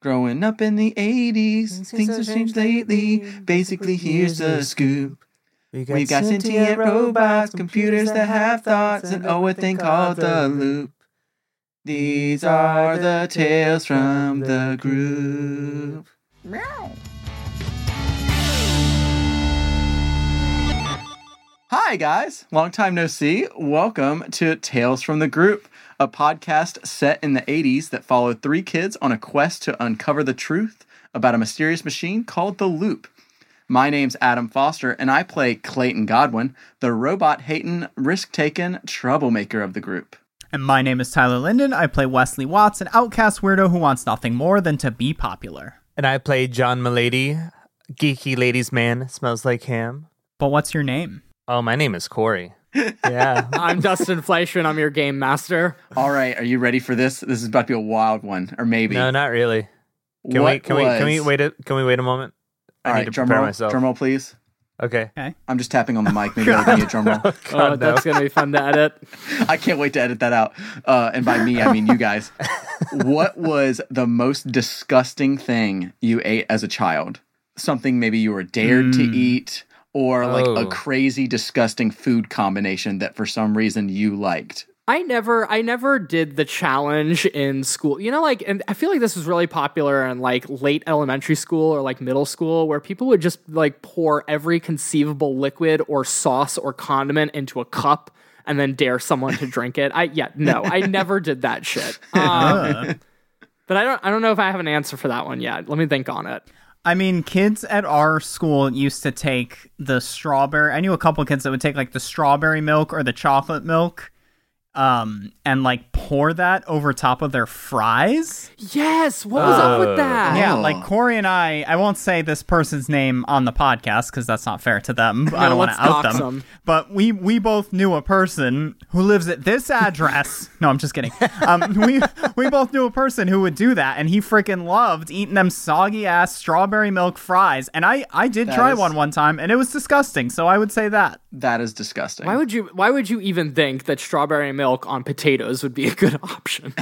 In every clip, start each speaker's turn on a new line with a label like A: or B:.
A: Growing up in the 80s, things have changed lately. Basically, here's the scoop.
B: We've
A: We've got sentient robots, computers that have thoughts, and oh, a thing called the loop. These are the tales from the group. Hi, guys. Long time no see. Welcome to Tales from the Group, a podcast set in the 80s that followed three kids on a quest to uncover the truth about a mysterious machine called the Loop. My name's Adam Foster, and I play Clayton Godwin, the robot hating, risk taking troublemaker of the group.
C: And my name is Tyler Linden. I play Wesley Watts, an outcast weirdo who wants nothing more than to be popular.
B: And I play John Milady, geeky ladies man, smells like ham.
C: But what's your name?
B: Oh, my name is Corey. Yeah.
D: I'm Dustin Fleischer and I'm your game master.
A: All right, are you ready for this? This is about to be a wild one, or maybe.
B: no, not really. Can we
A: What
B: can we can we
A: was-
B: wait a can we wait a moment? I
A: All
B: need
A: right,
B: to
A: drum
B: prepare
A: roll,
B: myself.
A: drum roll, please.
B: Okay.
A: I'm just tapping on the mic. Maybe I'll give you a drum roll.
D: Oh,
B: God, no.
D: that's going to be fun to edit.
A: I can't wait to edit that out. Uh, and by me, I mean you guys. what was the most disgusting thing you ate as a child? Something maybe you were dared to
C: Hmm.
A: eat, or like a
B: Oh.
A: crazy, disgusting food combination that for some reason you liked.
D: I never I never did the challenge in school. You know like and I feel like this was really popular in like late elementary school or like middle school where people would just like pour every conceivable liquid or sauce or condiment into a cup and then dare someone to drink it. I yeah, no. I never did that shit. Um, but I don't I don't know if I have an answer for that one yet. Let me think on it.
C: I mean, kids at our school used to take the strawberry. I knew a couple kids that would take like the strawberry milk or the chocolate milk, um, and like pour that over top of their fries.
D: Yes, what was up
B: Oh.
D: with that?
C: Yeah,
A: Oh.
C: like Corey and I. I won't say this person's name on the podcast because that's not fair to them. I don't want
D: let's
C: to out
D: dox
C: them.
D: them.
C: But we we both knew a person who lives at this address. no, I'm just kidding. Um, we we both knew a person who would do that, and he freaking loved eating them soggy ass strawberry milk fries. And I I did
A: That
C: try
A: is-
C: one one time, and it was disgusting. So I would say that.
A: That is disgusting.
D: Why would you why would you even think that strawberry milk on potatoes would be a good option?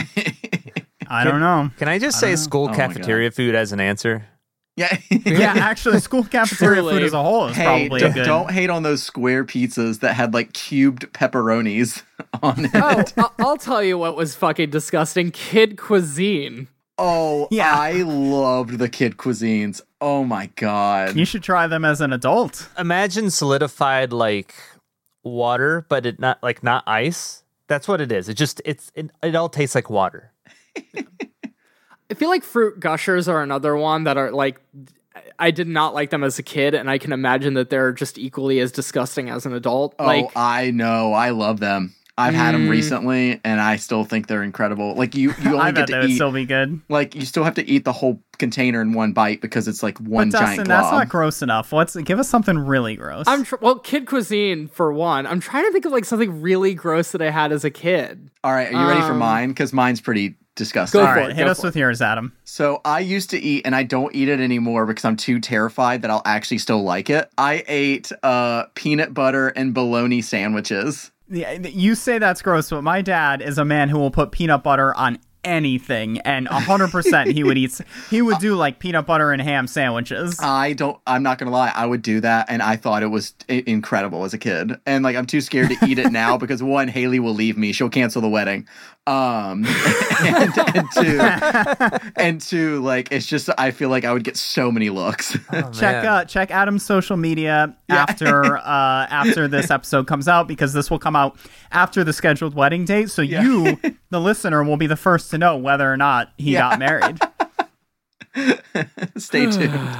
C: I don't know.
B: Can I just say school
A: Oh my God.
B: cafeteria food as an answer?
A: yeah.
C: Yeah, actually, school cafeteria
D: Truly.
C: food as a whole is
A: Hey,
C: probably a
A: don't,
C: good.
A: don't hate on those square pizzas that had like cubed pepperonis on it.
D: oh, I- I'll tell you what was fucking disgusting. Kid cuisine.
A: Oh,
C: Yeah.
A: I loved the kid cuisines. Oh my god.
C: You should try them as an adult.
B: Imagine solidified like water, but it not like not ice. That's what it is. It just it's it, it all tastes like water.
D: I feel like fruit gushers are another one that are like I did not like them as a kid, and I can imagine that they're just equally as disgusting as an adult.
A: oh,
C: uh,
D: like
A: I know. I love them. I've had 'em had them recently, and I still think they're incredible. Like you, you
C: Mm. I
A: only
C: bet
A: get
C: they
A: to
C: would
A: eat.
C: still be good.
A: like you still have to eat the whole container in one bite because it's like one
C: But Dustin,
A: giant
C: that's not
A: glob.
C: gross enough. What's give us something really gross?
D: I'm tr- well, kid cuisine for one. I'm trying to think of like something really gross that I had as a kid.
A: All right, are you ready for
D: Um,
A: mine? Because mine's pretty disgusting.
D: Go
C: All
D: for
C: right,
D: it,
C: hit
D: go
C: us
D: for
C: with yours, Adam.
A: So I used to eat, and I don't eat it anymore because I'm too terrified that I'll actually still like it. I ate uh, peanut butter and bologna sandwiches.
C: Yeah, You say that's gross, but my dad is a man who will put peanut butter on anything, and hundred percent he would eat. He would do like peanut butter and ham sandwiches.
D: Oh,
A: I don't. I'm not gonna lie. I would do that, and I thought it was i- incredible as a kid. And like, I'm too scared to eat it now because one, Haley will leave me. She'll cancel the wedding. Um, and, and two, and two, like, it's just. I feel like I would get so many looks.
C: check uh, check Adam's social media after uh, after this episode comes out because this will come out after the scheduled wedding date. So you, the listener, will be the first to know whether or not he got married.
A: Stay tuned.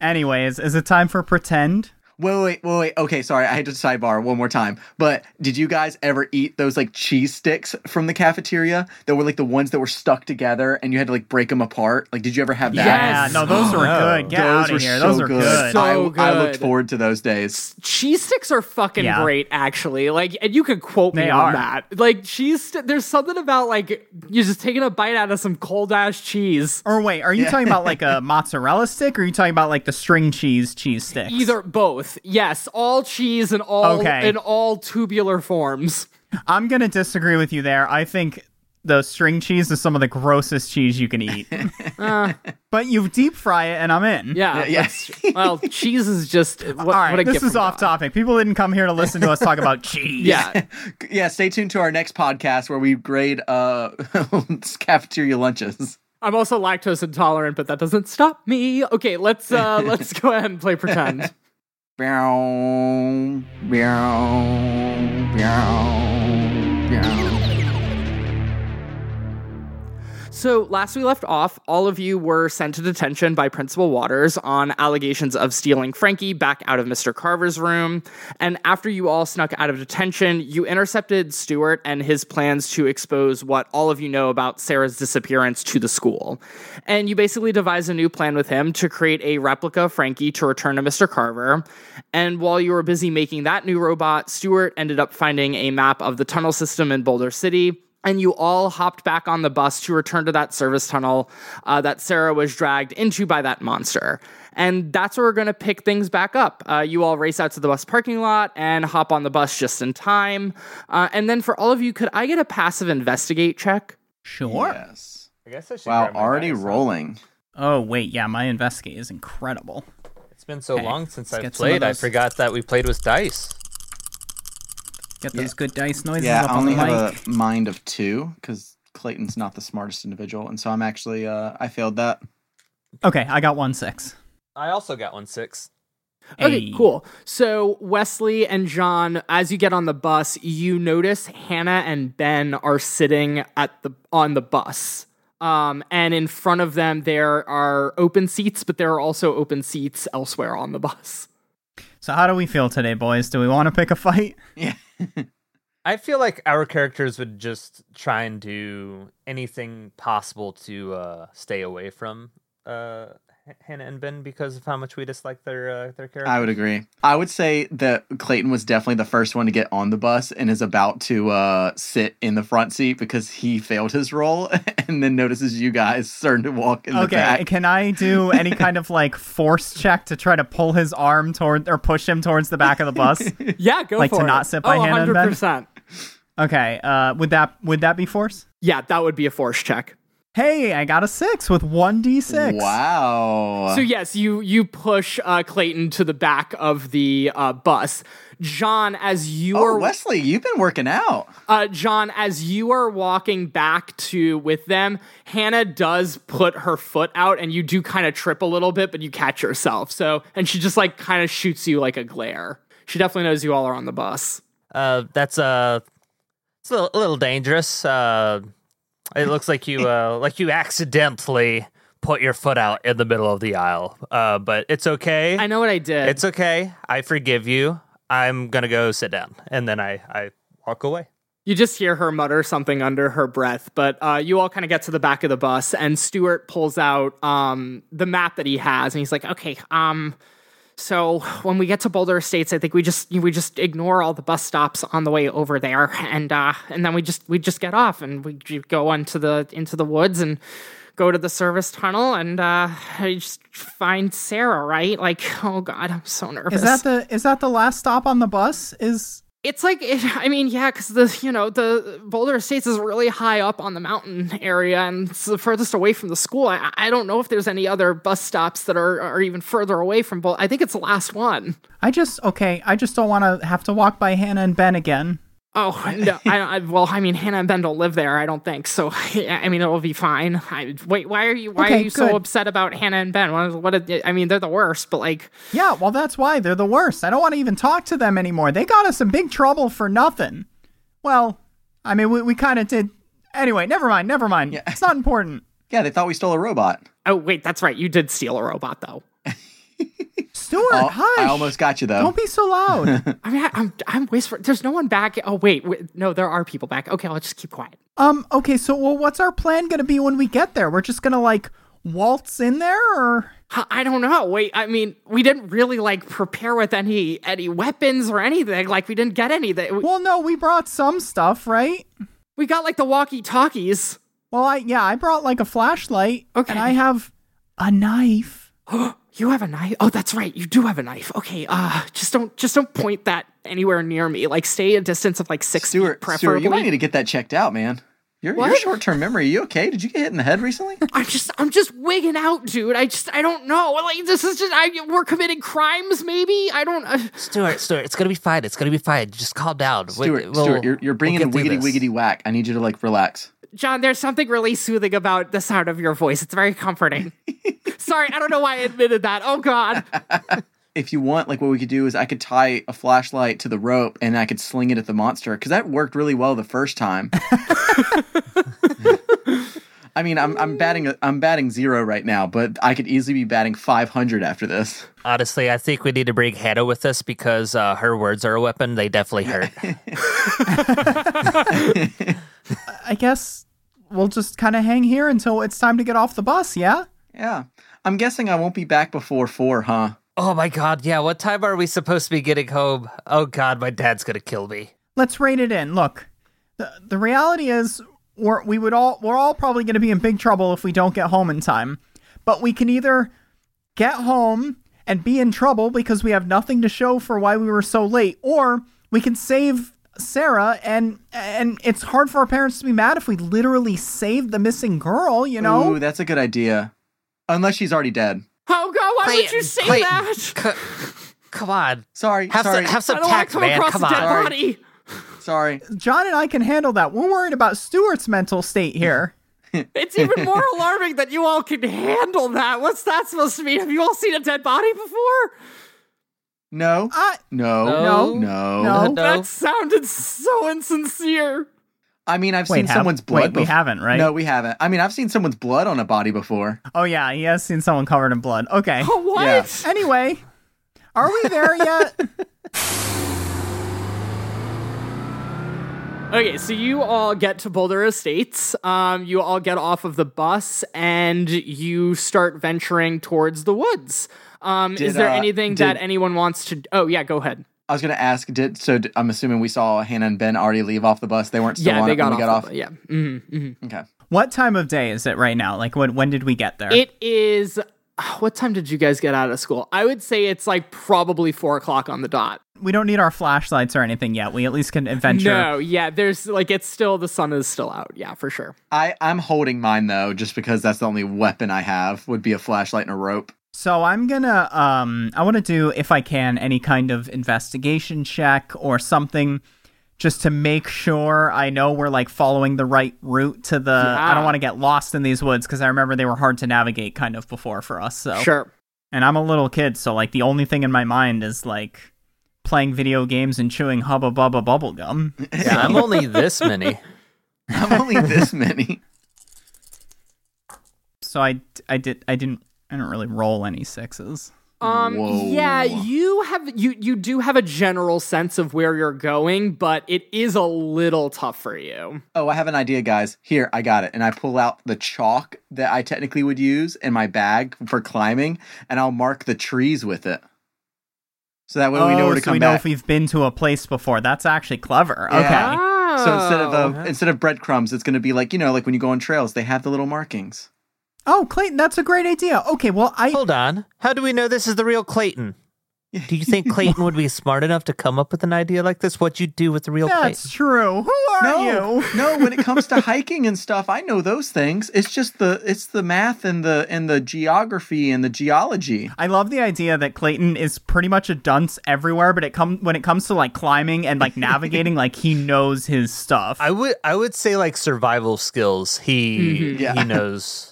C: Anyways, is it time for pretend?
A: Wait, wait, wait, wait. Okay, sorry. I had to sidebar one more time. But did you guys ever eat those like cheese sticks from the cafeteria that were like the ones that were stuck together and you had to like break them apart? Like, did you ever have that?
C: Yeah,
D: Yes.
C: no, those were good. Get out of here. those are good.
D: So
A: I, I looked
D: good.
A: forward to those days.
D: cheese sticks are fucking
C: Yeah.
D: great actually like and you could quote me
C: They
D: on
C: are.
D: that like cheese st- there's something about like you're just taking a bite out of some cold ass cheese
C: Or wait, are you talking about like a mozzarella stick or are you talking about like the string cheese cheese sticks?
D: either both yes all cheese and all
C: Okay.
D: in all tubular forms
C: I'm going to disagree with you there. I think the string cheese is some of the grossest cheese you can eat.
D: Uh,
C: but you deep fry it, and I'm in.
D: yeah,
A: Yeah,
D: that's- well, cheese is just what,
C: All right,
D: what a
C: this
D: gift
C: is
D: from
C: off
D: God.
C: topic. People didn't come here to listen to us talk about cheese.
D: Yeah,
A: Yeah, stay tuned to our next podcast where we grade uh cafeteria lunches.
D: I'm also lactose intolerant, but that doesn't stop me. Okay, let's uh let's go ahead and play pretend.
A: Meow, meow, meow, meow.
D: So last we left off, all of you were sent to detention by Principal Waters on allegations of stealing Frankie back out of Mr. Carver's room. And after you all snuck out of detention, you intercepted Stewart and his plans to expose what all of you know about Sarah's disappearance to the school. And you basically devised a new plan with him to create a replica of Frankie to return to Mr. Carver. And while you were busy making that new robot, Stewart ended up finding a map of the tunnel system in Boulder City and you all hopped back on the bus to return to that service tunnel uh, that Sarah was dragged into by that monster. And that's where we're going to pick things back up. Uh, you all race out to the bus parking lot and hop on the bus just in time. Uh, and then for all of you, could I get a passive investigate check?
C: Sure.
A: Yes.
B: I guess I should.
A: Wow,
B: grab my
A: already
B: dice.
A: rolling.
C: Oh wait, yeah, my investigate is incredible.
B: It's been so
C: Okay,
B: long since
C: let's
B: I've
C: get some of
B: played. I
C: those.
B: forgot that we played with dice.
C: Get those good dice noises
A: Yeah,
C: up
A: I
C: on
A: only
C: the mic.
A: have a mind of two because Clayton's not the smartest individual, and so I'm actually uh I failed that.
C: Okay, I got one six.
B: I also got one six.
D: Okay,
C: Hey.
D: cool. So, Wesley and John, as you get on the bus, you notice Hannah and Ben are sitting at the on the bus. Um, and in front of them there are open seats, but there are also open seats elsewhere on the bus.
C: So how do we feel today, boys? Do we want to pick a fight?
A: Yeah.
B: I feel like our characters would just try and do anything possible to uh, stay away from uh, H- Hannah and Ben because of how much we dislike their uh, their character.
A: I would agree. I would say that Clayton was definitely the first one to get on the bus and is about to uh, sit in the front seat because he failed his role and then notices you guys starting to walk in the
C: okay,
A: back.
C: can I do any kind of like force check to try to pull his arm toward or push him towards the back of the bus?
D: Yeah, go
C: Like
D: for
C: to
D: it.
C: not sit by
D: oh,
C: Hannah and Ben?
D: 100%.
C: okay, uh, would that would that be force?
D: Yeah, that would be a force check.
C: Hey, I got a six with one d six.
A: Wow.
D: So yes, you you push uh, Clayton to the back of the uh, bus. John, as you
A: oh,
D: are
A: Wesley, you've been working out.
D: Uh, John, as you are walking back to with them, Hannah does put her foot out, and you do kind of trip a little bit, but you catch yourself. So, and she just like kind of shoots you like a glare. She definitely knows you all are on the bus.
B: Uh, that's uh, it's a little, a little dangerous. Uh, it looks like you uh, like you accidentally put your foot out in the middle of the aisle. Uh, but it's okay.
D: I know what I did.
B: It's okay. I forgive you. I'm gonna go sit down, and then I I walk away.
D: you just hear her mutter something under her breath, but uh, you all kind of get to the back of the bus, and Stuart pulls out um, the map that he has, and he's like, "Okay, um." So when we get to Boulder Estates, I think we just we just ignore all the bus stops on the way over there, and uh, and then we just we just get off and we j- go into the into the woods and go to the service tunnel and uh, I just find Sarah, right? Like, oh God, I'm so nervous.
C: Is that the is that the last stop on the bus? Is
D: It's like it, I mean, yeah, because the you know the Boulder Estates is really high up on the mountain area and it's the furthest away from the school. I, I don't know if there's any other bus stops that are, are even further away from Boulder. I think it's the last one.
C: I just okay. I just don't want to have to walk by Hannah and Ben again.
D: Oh no, I, I well, I mean, Hannah and Ben don't live there. I don't think so. Yeah, I mean, it'll be fine. I, wait, why are you why are
C: Okay,
D: you so
C: good.
D: upset about Hannah and Ben? What, what I mean, they're the worst. But like,
C: Yeah, well, that's why they're the worst. I don't want to even talk to them anymore. They got us in big trouble for nothing. Well, I mean, we, we kind of did. Anyway, never mind, never mind. It's not important.
A: Yeah, they thought we stole a robot.
D: oh wait, that's right, you did steal a robot though.
C: Stuart,
A: Oh,
C: hush.
A: I almost got you, though.
C: Don't be so loud.
D: I mean, I, I'm I'm whispering. There's no one back. Oh wait, wait, no, there are people back. Okay, I'll just keep quiet.
C: um, okay, so well, what's our plan going to be when we get there? We're just going to like waltz in there or
D: I I don't know. Wait, I mean, we didn't really like prepare with any any weapons or anything. Like we didn't get anything. We,
C: Well, no, we brought some stuff, right?
D: we got like the walkie-talkies.
C: Well, I yeah, I brought like a flashlight
D: Okay.
C: and I have a knife.
D: You have a knife? Oh, that's right. You do have a knife. Okay. Uh, just don't just don't point that anywhere near me. Like stay a distance of like six
A: Stuart,
D: feet, preferably.
A: Stuart, you might need to get that checked out, man. Your, your
D: What?
A: short-term memory. You okay? Did you get hit in the head recently?
D: I'm just I'm just wigging out, dude. I just I don't know. Like this is just I we're committing crimes, maybe. I don't. Uh,
B: Stuart, Stuart, it's gonna be fine. It's gonna be fine. Just calm down. We-
A: Stuart,
B: we'll-
A: Stuart, you're, you're
B: we'll
A: bringing the
B: get through
A: wiggity
B: this.
A: wiggity whack. I need you to like relax.
D: John, there's something really soothing about the sound of your voice. It's very comforting. Sorry, I don't know why I admitted that. Oh God.
A: If you want, like what we could do is I could tie a flashlight to the rope and I could sling it at the monster because that worked really well the first time. I mean, I'm I'm batting I'm batting zero right now, but I could easily be batting 500 after this.
B: Honestly, I think we need to bring Hannah with us because uh, her words are a weapon. They definitely hurt.
C: I guess we'll just kind of hang here until it's time to get off the bus, yeah?
A: Yeah, I'm guessing I won't be back before four, huh?
B: oh my god, yeah. What time are we supposed to be getting home? Oh god, my dad's gonna kill me.
C: Let's rate it in. Look, the, the reality is we're, we would all we're all probably going to be in big trouble if we don't get home in time. But we can either get home and be in trouble because we have nothing to show for why we were so late, or we can save Sarah and and it's hard for our parents to be mad if we literally saved the missing girl, you know?
A: Ooh, that's a good idea. Unless she's already dead.
D: Oh God. Why would
B: Clayton,
D: you say
B: Clayton,
D: that?
B: c- come on.
A: Sorry,
B: Have
A: sorry,
B: some, have
D: I
B: some
D: don't want
B: tact,
D: to come
B: man.
D: across
B: Come
D: a dead
B: on.
D: body.
A: sorry.
C: John and I can handle that. We're worried about Stuart's mental state here.
D: It's even more alarming that you all can handle that. What's that supposed to mean? Have you all seen a dead body before?
A: No,
C: I
A: no,
C: Uh, No.
A: no,
C: No.
D: That sounded so insincere.
A: I mean, I've
C: Wait,
A: seen
C: have-
A: someone's blood.
C: wait, we
A: bef-
C: haven't, right?
A: No, we haven't. I mean, I've seen someone's blood on a body before.
C: Oh yeah, he has seen someone covered in blood. Okay.
D: Oh, what?
A: Yeah.
C: Anyway, are we there yet?
D: Okay, so you all get to Boulder Estates. Um, you all get off of the bus and you start venturing towards the woods. Um, is
A: Did,
D: there
A: uh,
D: anything
A: did-
D: that anyone wants to? Oh yeah, go ahead.
A: I was gonna ask. Did so? d- I'm assuming we saw Hannah and Ben already leave off the bus. They weren't still
D: yeah,
A: on
D: they
A: it when
D: got
A: we
D: off.
A: got off.
D: the bu- yeah. hmm
A: Okay.
C: what time of day is it right now? Like when when did we get there?
D: It is. uh, What time did you guys get out of school? I would say it's like probably four o'clock on the dot.
C: we don't need our flashlights or anything yet. We at least can adventure.
D: No, yeah, there's like it's still the sun is still out. Yeah, for sure.
A: I I'm holding mine though, just because that's the only weapon I have would be a flashlight and a rope.
C: So I'm gonna um I wanna do, if I can, any kind of investigation check or something just to make sure I know we're like following the right route to the I don't
D: Yeah.
C: wanna get lost in these woods because I remember they were hard to navigate kind of before for us. So
A: Oh.
D: Sure.
C: and I'm a little kid, so like the only thing in my mind is like playing video games and chewing hubba bubba bubblegum.
B: Yeah, I'm only this many.
A: I'm only this many.
C: So I I did I didn't I didn't really roll any sixes.
D: Um
A: Whoa.
D: yeah, you have you you do have a general sense of where you're going, but it is a little tough for you.
A: Oh, I have an idea, guys. Here, I got it. And I pull out the chalk that I technically would use in my bag for climbing, and I'll mark the trees with it. So that way we know
C: Oh,
A: where to
C: so
A: come
C: we know
A: back.
C: if we've been to a place before. That's actually clever.
A: Yeah.
C: Okay.
A: so instead of
D: Oh.
A: uh, instead of breadcrumbs, it's going to be like you know, like when you go on trails, they have the little markings.
C: Oh, Clayton, that's a great idea. Okay, well I
B: Hold on. How do we know this is the real Clayton? Do you think Clayton would be smart enough to come up with an idea like this? What'd you do with the real
C: that's true. Who are
A: No,
C: you?
A: no. When it comes to hiking and stuff, I know those things. It's just the it's the math and the and the geography and the geology.
C: I love the idea that Clayton is pretty much a dunce everywhere, but it come when it comes to like climbing and like navigating, like he knows his stuff.
B: I would I would say like survival skills. He
C: Mm-hmm.
A: Yeah.
B: he knows.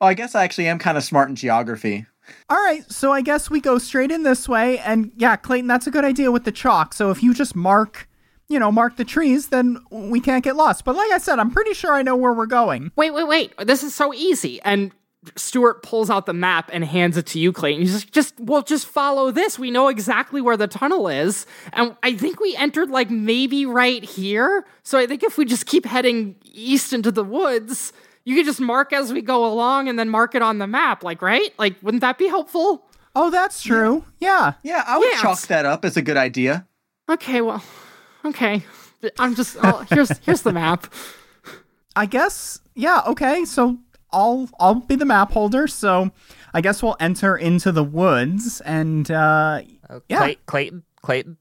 A: Oh, I guess I actually am kind of smart in geography.
C: All right, so I guess we go straight in this way, and yeah, Clayton, that's a good idea with the chalk. So if you just mark, you know, mark the trees, then we can't get lost. But like I said, I'm pretty sure I know where we're going.
D: Wait, wait, wait. This is so easy. And Stuart pulls out the map and hands it to you, Clayton. He's just, just well, just follow this. We know exactly where the tunnel is. And I think we entered like maybe right here. So I think if we just keep heading east into the woods, you could just mark as we go along and then mark it on the map, like right? Like, wouldn't that be helpful?
C: Oh, that's true. Yeah.
A: Yeah, I would
D: Yeah.
A: chalk that up as a good idea.
D: Okay, well, okay. I'm just oh, here's here's the map.
C: I guess. Yeah. Okay. So I'll I'll be the map holder. So I guess we'll enter into the woods, and uh, Yeah.
B: Clay, Clayton Clayton.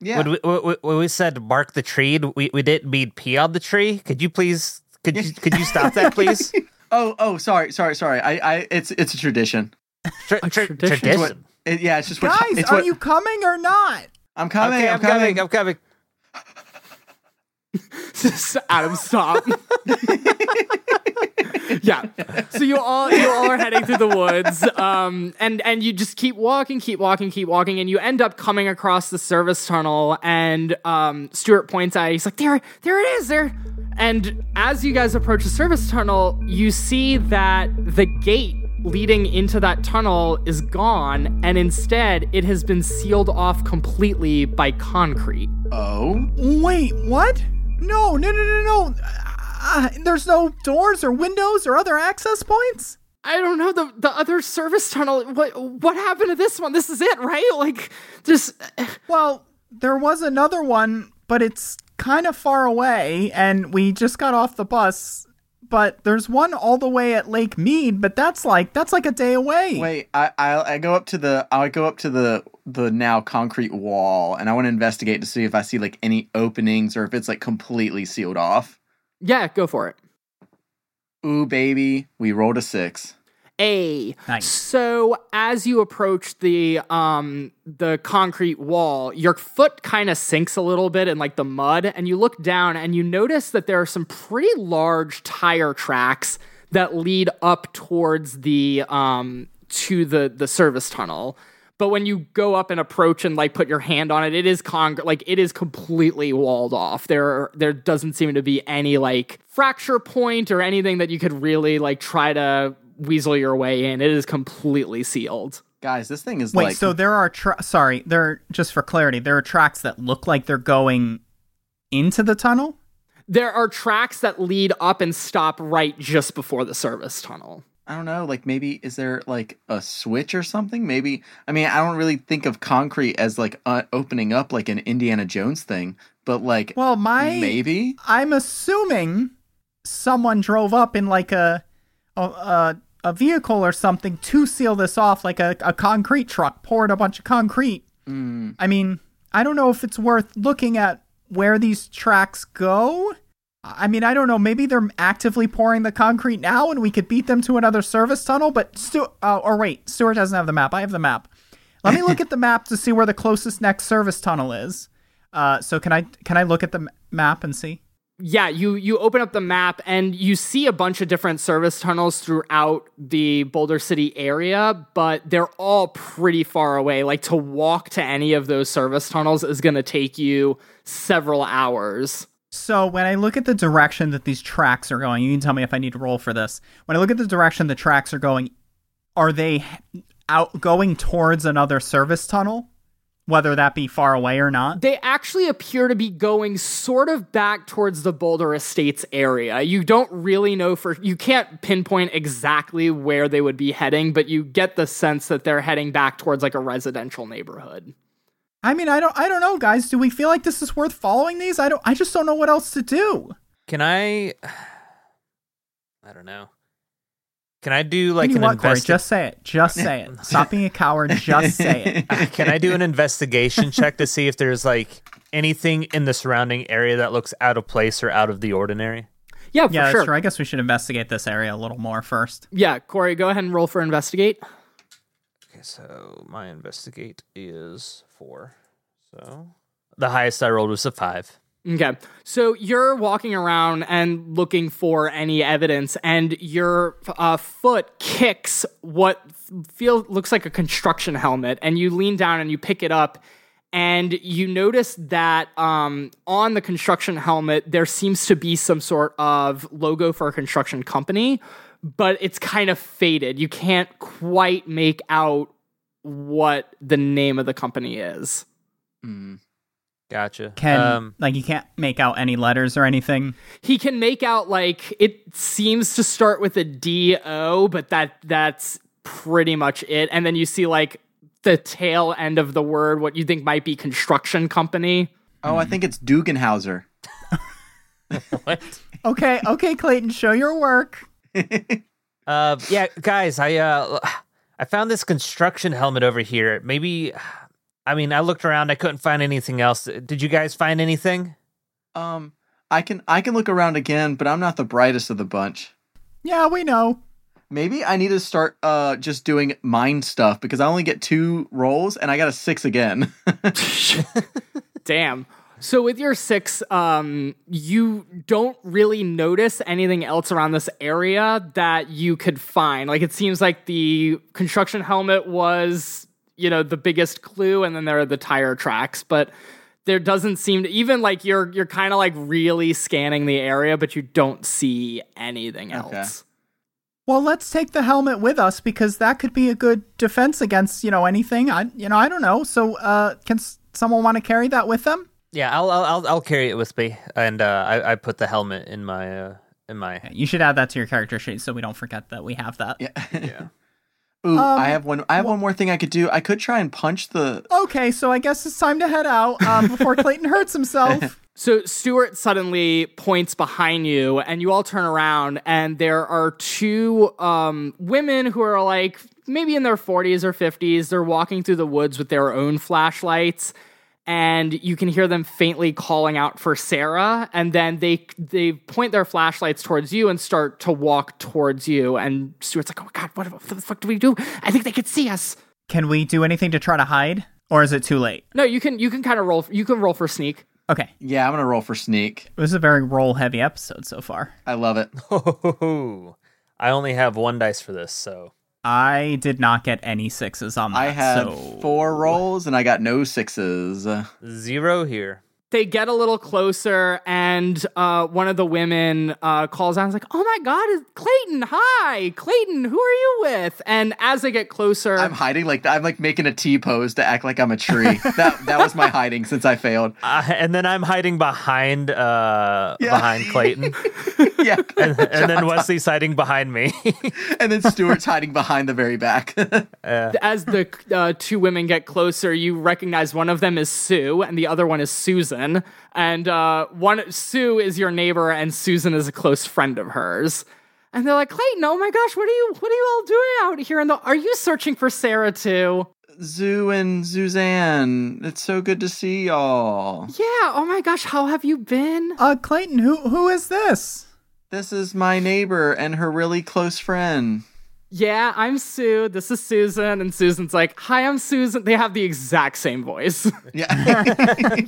A: Yeah.
B: When, we, when we- when we said mark the tree, we, we didn't mean pee on the tree. Could you please Could you, could you stop that, please?
A: Oh, oh, sorry, sorry, sorry. I, I, it's, it's a tradition.
B: Tra- tra-
D: tradition.
A: It's what,
B: tradition.
A: it- yeah, it's just what.
C: Guys,
A: it's
C: are
A: what,
C: you coming or not?
A: I'm coming.
B: okay,
A: I'm, coming.
B: I'm coming.
D: Adam, stop. yeah. So you all you all are heading through the woods, um, and and you just keep walking, keep walking, keep walking, and you end up coming across the service tunnel. And um, Stuart points out, he's like, "There, there it is, there." And as you guys approach the service tunnel, you see that the gate leading into that tunnel is gone, and instead it has been sealed off completely by concrete.
A: Oh,
C: Wait, what? No, no, no, no, no. Uh, there's no doors or windows or other access points?
D: I don't know the the other service tunnel. What what happened to this one? This is it, right? Like this.
C: Well, there was another one, but it's kind of far away, and we just got off the bus. But there's one all the way at Lake Mead, but that's like that's like a day away.
A: wait. I, I, I go up to the. I go up to the the now concrete wall, and I want to investigate to see if I see like any openings or if it's like completely sealed off.
D: Yeah, go for it.
A: Ooh, baby, we rolled a six.
D: A.
C: Nice.
D: So as you approach the um the concrete wall, your foot kind of sinks a little bit in like the mud, and you look down and you notice that there are some pretty large tire tracks that lead up towards the um to the the service tunnel. But when you go up and approach and like put your hand on it, it is con like it is completely walled off. There there doesn't seem to be any like fracture point or anything that you could really like try to weasel your way in. It is completely sealed.
A: Guys, this thing is
C: Wait,
A: like
C: so there are tra- sorry, there are, just for clarity, there are tracks that look like they're going into the tunnel.
D: There are tracks that lead up and stop right just before the service tunnel.
A: I don't know, like maybe is there like a switch or something? Maybe I mean I don't really think of concrete as like uh, opening up like an Indiana Jones thing, but like
C: Well, my
A: maybe
C: I'm assuming someone drove up in like a a, a, a vehicle or something to seal this off, like a, a concrete truck poured a bunch of concrete. I mean, I don't know if it's worth looking at where these tracks go. I mean, I don't know. Maybe they're actively pouring the concrete now, and we could beat them to another service tunnel. But Stu, uh, or wait, Stuart doesn't have the map. I have the map. Let me look at the map to see where the closest next service tunnel is. Uh, so can I can I look at the m- map and see?
D: yeah you you open up the map and you see a bunch of different service tunnels throughout the boulder city area but they're all pretty far away like to walk to any of those service tunnels is going to take you several hours
C: So when I look at the direction that these tracks are going, you can tell me if I need to roll for this. When I look at the direction the tracks are going, are they h- out going towards another service tunnel, whether that be far away or not?
D: they actually appear to be going sort of back towards the boulder estates area you don't really know for you can't pinpoint exactly where they would be heading but you get the sense that they're heading back towards like a residential neighborhood
C: I mean, I don't, I don't know, guys. Do we feel like this is worth following these? I don't, I just don't know what else to do.
B: Can I? I don't know. Can I do like
C: you
B: an
C: know what, Corey?
B: investi-
C: Just say it. Just say it. Stop being a coward. Just say it.
B: Can I do an investigation check to see if there's like anything in the surrounding area that looks out of place or out of the ordinary?
D: yeah for
C: Yeah,
D: sure
C: that's true. I guess we should investigate this area a little more first.
D: Yeah, Corey, go ahead and roll for investigate.
B: Okay, so my investigate is four. So the highest I rolled was a five.
D: Okay. So you're walking around and looking for any evidence, and your uh, foot kicks what feels looks like a construction helmet, and you lean down and you pick it up, and you notice that um, on the construction helmet there seems to be some sort of logo for a construction company, but it's kind of faded. You can't quite make out what the name of the company is.
A: Hmm.
B: Gotcha.
C: Can
B: um,
C: like you can't make out any letters or anything.
D: he can make out like it seems to start with a D O, but that that's pretty much it. And then you see like the tail end of the word, what you think might be construction company.
A: Oh, I think it's Dugenhauser.
B: what?
C: Okay, okay, Clayton, show your work.
B: Uh, yeah, guys, I uh, I found this construction helmet over here. Maybe, I mean, I looked around, I couldn't find anything else. Did you guys find anything?
A: Um I can I can look around again, but I'm not the brightest of the bunch.
C: Yeah, we know.
A: Maybe I need to start uh just doing mind stuff because I only get two rolls and I got a six again.
D: Damn. So with your six, um, you don't really notice anything else around this area that you could find. Like it seems like the construction helmet was, you know, the biggest clue, and then there are the tire tracks, but there doesn't seem to even like you're you're kind of like really scanning the area, but you don't see anything
A: Okay.
D: else.
C: Well, let's take the helmet with us because that could be a good defense against, you know, anything. I, you know, I don't know. So, uh, can s- someone want to carry that with them?
B: Yeah, I'll I'll I'll, I'll carry it with me, and uh, I I put the helmet in my uh, in my.
C: You should add that to your character sheet so we don't forget that we have that.
A: yeah. Ooh,
C: Um,
A: I have one. I have one more thing I could do. I could try and punch the.
C: Okay, so I guess it's time to head out um, before Clayton hurts himself.
D: So Stuart suddenly points behind you, and you all turn around, and there are two um, women who are like maybe in their 40s or 50s. They're walking through the woods with their own flashlights, and you can hear them faintly calling out for Sarah. And then they they point their flashlights towards you and start to walk towards you. And Stuart's like, "Oh my god, what, what the fuck do we do? I think they could see us."
C: Can we do anything to try to hide, or is it too late?
D: No, you can you can kind of roll you can roll for sneak.
C: Okay,
A: Yeah, I'm gonna roll for sneak.
C: this is a very roll-heavy episode so far.
A: I love it.
B: I only have one dice for this, so
C: I did not get any sixes on that.
A: I had
C: so...
A: four rolls and I got no sixes. Uh,
B: zero here.
D: they get a little closer and uh, one of the women uh, calls out and is like oh my god it's clayton hi clayton who are you with and as they get closer
A: I'm hiding like I'm like making a T pose to act like I'm a tree. that that was my hiding since I failed.
B: Uh, and then I'm hiding behind uh
A: Yeah.
B: behind Clayton,
A: Yeah,
B: and, and then Wesley's hiding behind me.
A: and then Stuart's hiding behind the very back.
D: as the uh, two women get closer you recognize one of them is sue and the other one is susan and uh, one sue is your neighbor and susan is a close friend of hers and they're like clayton oh my gosh what are you what are you all doing out here and the, are you searching for sarah too
A: Zoo and Suzanne, it's so good to see y'all.
D: yeah oh my gosh how have you been
C: Uh, Clayton, who who is this?
A: This is my neighbor and her really close friend.
D: Yeah, I'm Sue. This is Susan. And Susan's like, Hi, I'm Susan. They have the exact same voice.
A: Yeah,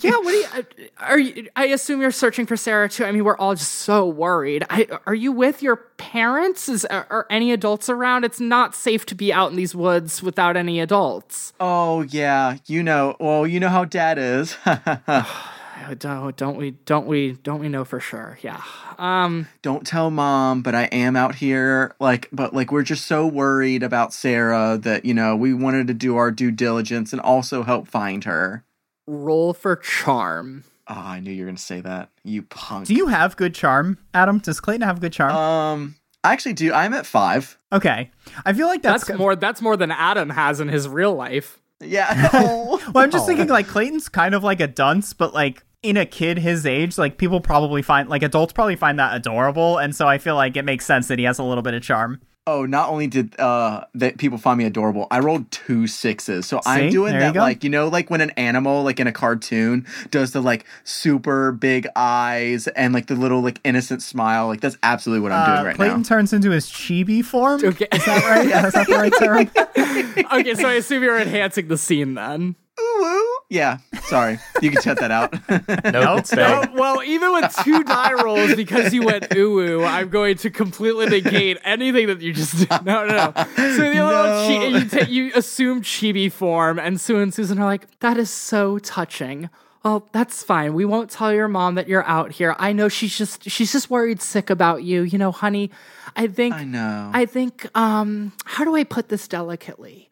D: yeah, what are you, uh, are you? I assume you're searching for Sarah too. I mean, we're all just so worried. I, are you with your parents? Is, are, are any adults around? It's not safe to be out in these woods without any adults.
A: oh yeah, you know. Well, you know how Dad is.
D: Oh, don't, don't we? Don't we? Don't we know for sure? Yeah. Um.
A: Don't tell mom, but I am out here. Like, but like we're just so worried about Sarah that you know we wanted to do our due diligence and also help find her.
D: Roll for charm.
A: Oh, I knew you were gonna say that. You punk.
C: Do you have good charm, Adam? Does Clayton have good charm?
A: Um, I actually do. I'm at five.
C: okay, I feel like that's,
D: That's more. That's more than Adam has in his real life.
A: Yeah. Oh.
C: Well, I'm just thinking like Clayton's kind of like a dunce, but like in a kid his age, like people probably find like adults probably find that adorable, and so I feel like it makes sense that he has a little bit of charm.
A: oh, not only did uh that people find me adorable, I rolled two sixes. So I'm
C: See?
A: doing
C: There you
A: that
C: go.
A: like you know like when an animal like in a cartoon does the like super big eyes and like the little like innocent smile. Like that's absolutely what I'm
C: Uh,
A: doing right
C: Clayton turns into his chibi form.
D: Okay.
C: Is that right? yeah, is that the right term?
D: okay, so I assume you're enhancing the scene then.
A: now. Ooh, ooh. Yeah. Sorry. You can cut that out.
B: No,
C: Nope,
B: it's bad.
D: Well, even with two die rolls, because you went ooh, I'm going to completely negate anything that you just did. No, no, no. So the other one,
A: No.
D: chi- you, ta- you assume chibi form, and Sue and Susan are like, that is so touching. Oh, that's fine. We won't tell your mom that you're out here. I know she's just she's just worried sick about you. You know, honey, I think
A: I know.
D: I think, um, how do I put this delicately?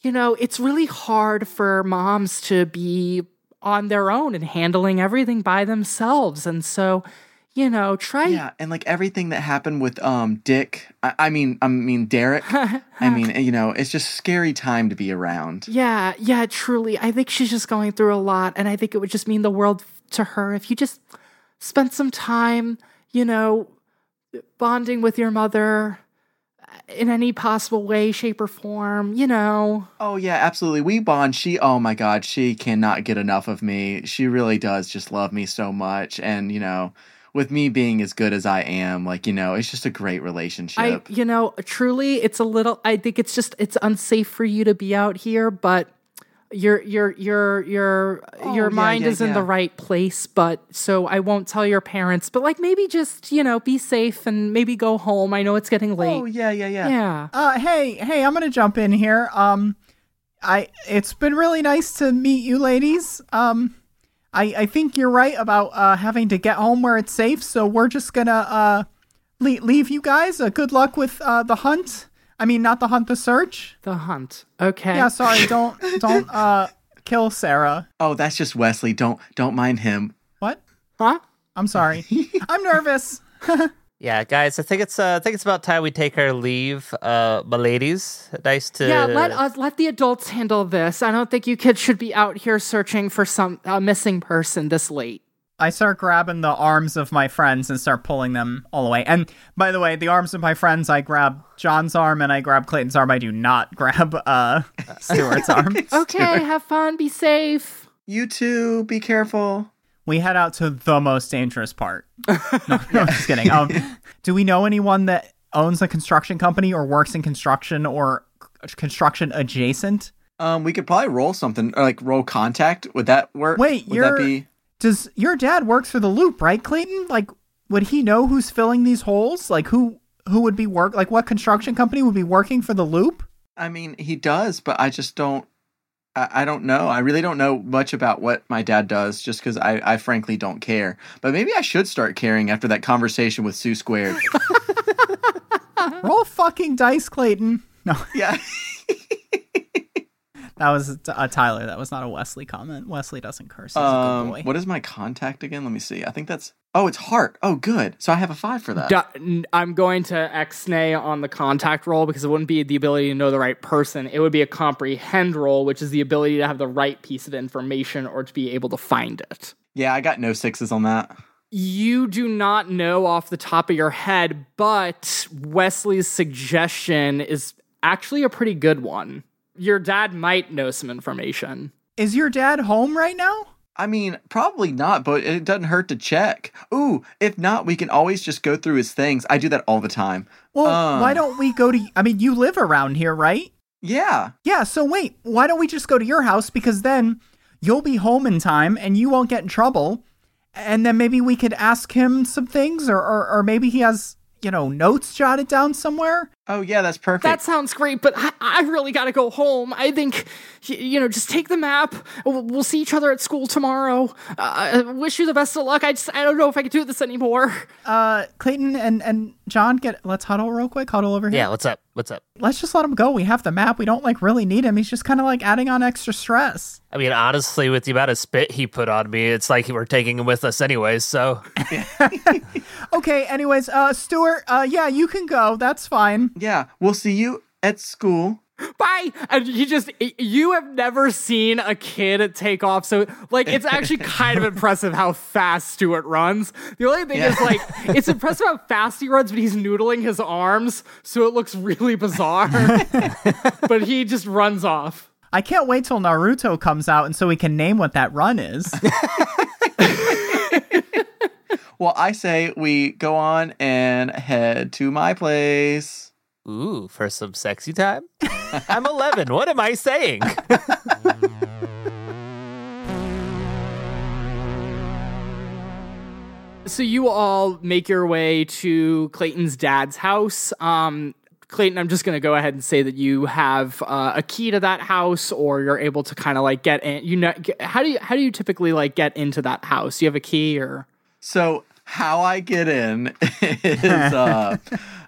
D: You know, it's really hard for moms to be on their own and handling everything by themselves. And so, you know, try.
A: yeah, and like everything that happened with um Dick, I, I mean, I mean Derek. I mean, you know, it's just scary time to be around.
D: Yeah, yeah, truly. I think she's just going through a lot. And I think it would just mean the world to her if you just spent some time, you know, bonding with your mother uh, in any possible way, shape, or form, you know.
A: Oh yeah, absolutely. We bond. She, oh my god, she cannot get enough of me. She really does just love me so much, and you know, with me being as good as I am, like, you know, it's just a great
D: I,
A: relationship.
D: you know, truly, it's a little. I think it's just it's unsafe for you to be out here, but your your your your your
A: yeah,
D: mind
A: yeah,
D: is in the
A: yeah.
D: right place. But so I won't tell your parents. But like maybe just you know be safe and maybe go home. I know it's getting late.
A: oh, yeah, yeah, yeah.
D: yeah.
C: Uh, hey, hey, I'm gonna jump in here. Um, I it's been really nice to meet you, ladies. Um, I I think you're right about uh having to get home where it's safe. So we're just gonna uh le- leave you guys. Uh, good luck with uh the hunt. I mean, not the hunt, the search.
D: The hunt. Okay.
C: Yeah, sorry, don't don't uh kill Sarah.
A: Oh, that's just Wesley. Don't don't mind him.
C: What?
D: Huh?
C: I'm sorry. I'm nervous.
B: Yeah, guys, I think it's uh, I think it's about time we take our leave. Uh, my ladies, nice to
D: Yeah, let us let the adults handle this. I don't think you kids should be out here searching for some a missing person this late.
C: I start grabbing the arms of my friends and start pulling them all away. And by the way, the arms of my friends, I grab John's arm and I grab Clayton's arm. I do not grab uh Stuart's arm.
D: Okay, have fun, be safe.
A: You too. Be careful.
C: We head out to the most dangerous part. No, no I'm just kidding. Um, do we know anyone that owns a construction company or works in construction or c- construction adjacent?
A: Um, we could probably roll something, or like roll contact. Would that work?
C: Wait,
A: would
C: you're
A: that be?
C: does your dad works for the Loop, right, Clayton? Like, would he know who's filling these holes? Like, who who would be work? Like, what construction company would be working for the Loop?
A: I mean, he does, but I just don't. I, I don't know. I really don't know much about what my dad does, just because I, I frankly don't care. But maybe I should start caring after that conversation with Sue Squared.
C: Roll fucking dice, Clayton. No,
A: yeah.
C: that was a, a Tyler. That was not a Wesley comment. Wesley doesn't curse. He's a good
A: Um,
C: boy.
A: what is my contact again? Let me see. I think that's. Oh, it's heart. Oh, good. So I have a five for that.
D: Du- n- I'm going to X-nay on the contact roll because it wouldn't be the ability to know the right person. It would be a comprehend roll, which is the ability to have the right piece of information or to be able to find it.
A: yeah, I got no sixes on that.
D: You do not know off the top of your head, but Wesley's suggestion is actually a pretty good one. Your dad might know some information.
C: Is your dad home right now?
A: I mean, probably not, but it doesn't hurt to check. Ooh, if not, we can always just go through his things. I do that all the time.
C: Well,
A: Um.
C: why don't we go to? I mean, you live around here, right?
A: Yeah.
C: Yeah. So wait, why don't we just go to your house? Because then you'll be home in time and you won't get in trouble. And then maybe we could ask him some things, or or, or maybe he has you know notes jotted down somewhere.
A: Oh, yeah, that's perfect.
D: That sounds great, but I, I really got to go home. I think, y- you know, just take the map. We'll, we'll see each other at school tomorrow. Uh, I wish you the best of luck. I just, I don't know if I can do this anymore.
C: Uh, Clayton and and John, get let's huddle real quick. Huddle over here.
B: yeah. What's up? What's up?
C: Let's just let him go. We have the map. We don't like really need him. He's just kind of like adding on extra stress.
B: I mean, honestly, with the amount of spit he put on me, it's like we're taking him with us anyways. So
C: Okay. Anyways, uh, Stuart, uh, yeah, you can go. That's fine.
A: yeah, we'll see you at school.
D: Bye. And he just, you have never seen a kid take off. So, like, it's actually kind of impressive how fast Stuart runs. The only thing is,
A: Yeah.
D: like, it's impressive how fast he runs, but he's noodling his arms. So it looks really bizarre. but he just runs off.
C: I can't wait till Naruto comes out and so we can name what that run is.
A: Well, I say we go on and head to my place.
B: Ooh, for some sexy time. I'm 11. What am I saying?
D: So you all make your way to Clayton's dad's house. Um, Clayton, I'm just going to go ahead and say that you have uh, a key to that house, or you're able to kind of like get in. You know, g- how do you how do you typically like get into that house? Do you have a key or?
A: So, how I get in is uh,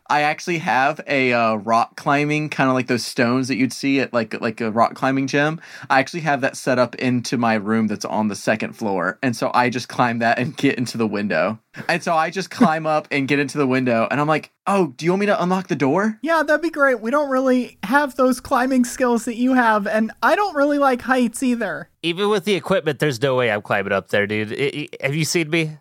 A: I actually have a uh, rock climbing kind of like those stones that you'd see at like like a rock climbing gym. I actually have that set up into my room that's on the second floor, and so I just climb that and get into the window. And so I just climb up and get into the window, and I'm like, "Oh, do you want me to unlock the door?"
C: yeah, that'd be great. We don't really have those climbing skills that you have, and I don't really like heights either.
B: Even with the equipment, there's no way I'm climbing up there, dude. I- I- have you seen me?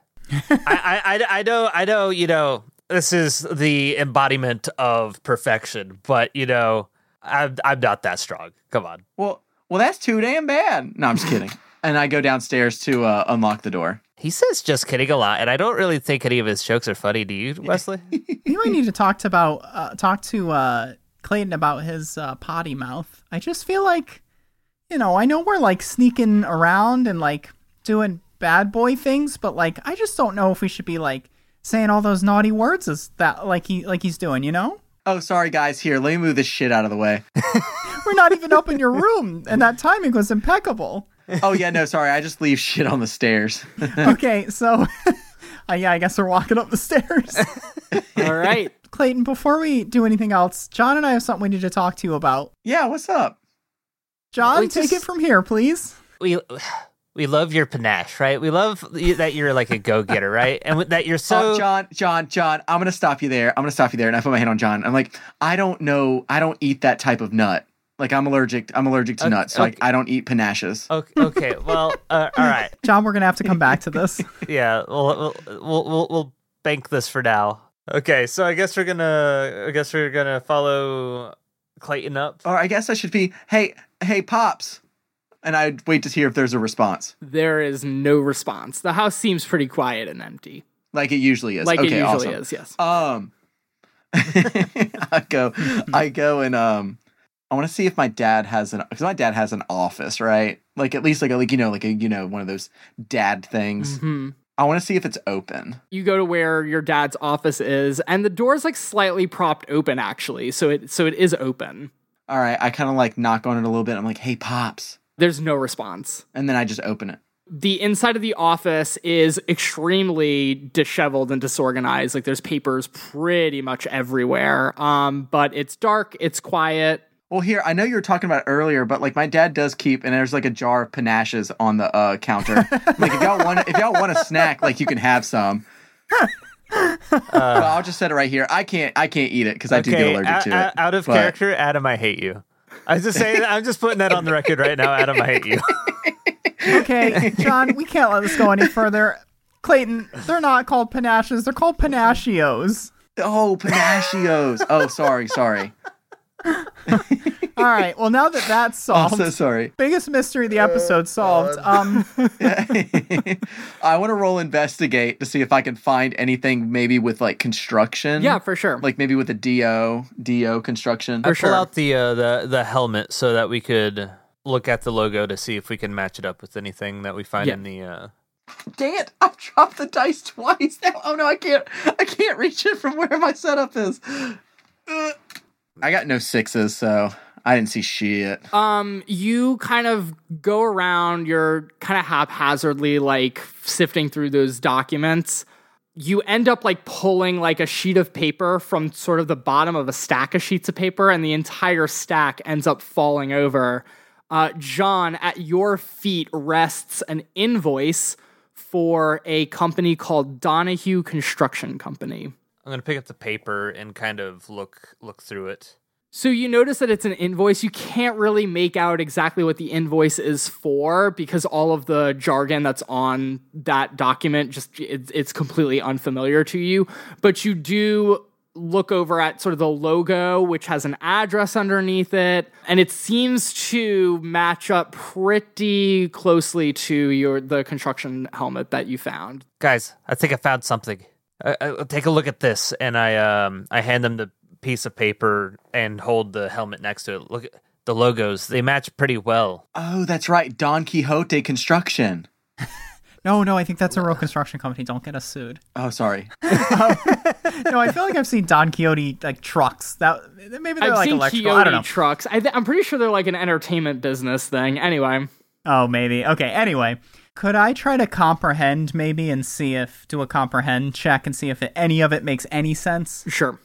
B: I, I, I, I know, I know, you know, this is the embodiment of perfection, but, you know, I'm, I'm not that strong. Come on.
A: Well, well, that's too damn bad. No, I'm just kidding. and I go downstairs to uh, unlock the door.
B: He says just kidding a lot, and I don't really think any of his jokes are funny. Do you, Wesley?
C: You might need to talk to about uh, talk to uh, Clayton about his uh, potty mouth. I just feel like, you know, I know we're like sneaking around and like doing bad boy things, but like I just don't know if we should be like saying all those naughty words as that like he like he's doing. You know,
A: Oh, sorry guys. Here, let me move this shit out of the way.
C: we're not even up in your room, and that timing was impeccable.
A: oh yeah, no, sorry. I just leave shit on the stairs.
C: Okay, so uh, yeah, I guess we're walking up the stairs.
D: All right.
C: Clayton, before we do anything else, John and I have something we need to talk to you about.
A: yeah, what's up?
C: John,
B: We
C: take
B: just-
C: it from here, please.
B: we we love your panache, right? We love you- that you're like a go getter, right? And with- that you're so
A: Oh, John, John, John, I'm gonna stop you there. I'm gonna stop you there. And I put my hand on John. I'm like, I don't know. I don't eat that type of nut. Like I'm allergic. I'm allergic to
B: Okay,
A: nuts. Like I don't eat panaches.
B: okay. okay well, uh, all right.
C: John, we're gonna have to come back to this.
B: Yeah, we'll we'll we'll, we'll, we'll bank this for now. Okay, so I guess we're gonna I guess we're gonna follow Clayton up.
A: Or I guess I should be. Hey, hey, pops. And I'd wait to hear if there's a response,
D: There is no response. The house seems pretty quiet and empty.
A: like it usually is.
D: Like
A: okay,
D: it
A: awesome.
D: usually is, yes.
A: Um, I go, I go, and um, I want to see if my dad has an because my dad has an office, right? Like at least like a, like you know like a you know one of those dad things.
D: hmm
A: I want to see if it's open.
D: You go to where your dad's office is, and the door's like slightly propped open, actually. So it so it is open.
A: All right, I kind of like knock on it a little bit. I'm like, hey, pops,
D: There's no response.
A: and then I just open it.
D: The inside of the office is extremely disheveled and disorganized. Like there's papers pretty much everywhere. Um, but it's dark, it's quiet.
A: Well, here I know you were talking about it earlier, but like my dad does keep, and there's like a jar of panaches on the uh, counter. like if y'all want, if y'all want a snack, like you can have some.
B: Uh.
A: but I'll just set it right here. I can't, I can't eat it because I do get
B: okay,
A: allergic
B: out,
A: to
B: out-
A: it.
B: out of
A: but-
B: character, Adam, I hate you. I was just saying, I'm just putting that on the record right now. Adam, I hate you.
C: Okay, John, we can't let this go any further. Clayton, they're not called panaches; they're called panachios.
A: Oh, panachios. oh, sorry, sorry.
C: All right. Well, now that that's
A: I'm
C: solved,
A: Oh, so
B: Um,
A: sorry. Oh,
C: biggest mystery of the episode solved. Um,
A: I want to roll investigate to see if I can find anything maybe with like construction.
D: Yeah, for sure.
A: Like maybe with a DO, DO construction.
D: For sure.
B: Pull out the uh, the the helmet so that we could look at the logo to see if we can match it up with anything that we find
D: Yeah.
B: in the. Uh...
A: Dang it, I've dropped the dice twice now. Oh no, I can't I can't reach it from where my setup is. Ugh. I got no sixes, so I didn't see shit.
D: Um, you kind of go around, you're kind of haphazardly like sifting through those documents. You end up like pulling like a sheet of paper from sort of the bottom of a stack of sheets of paper, and the entire stack ends up falling over. Uh, John, at your feet rests an invoice for a company called Donahue Construction Company.
B: I'm gonna pick up the paper and kind of look look through it.
D: So you notice that it's an invoice. You can't really make out exactly what the invoice is for because all of the jargon that's on that document just it, it's completely unfamiliar to you. But you do look over at sort of the logo which has an address underneath it and it seems to match up pretty closely to your the construction helmet that you found.
B: guys, I think I found something. I, I, take a look at this, and I um I hand them the piece of paper and hold the helmet next to it. Look, at the logos they match pretty well.
A: Oh, that's right. Don Quixote construction.
C: no, no, I think that's a real construction company. Don't get us sued.
A: Oh, sorry.
C: No, I feel like I've seen Don Quixote like trucks. That maybe they're
D: I've
C: like
D: seen
C: electrical. I don't
D: Coyote
C: know.
D: trucks. I th- I'm pretty sure they're like an entertainment business thing. Anyway,
C: Oh, maybe. Okay. Anyway, could I try to comprehend maybe and see if do a comprehend check and see if it, any of it makes any sense?
D: sure.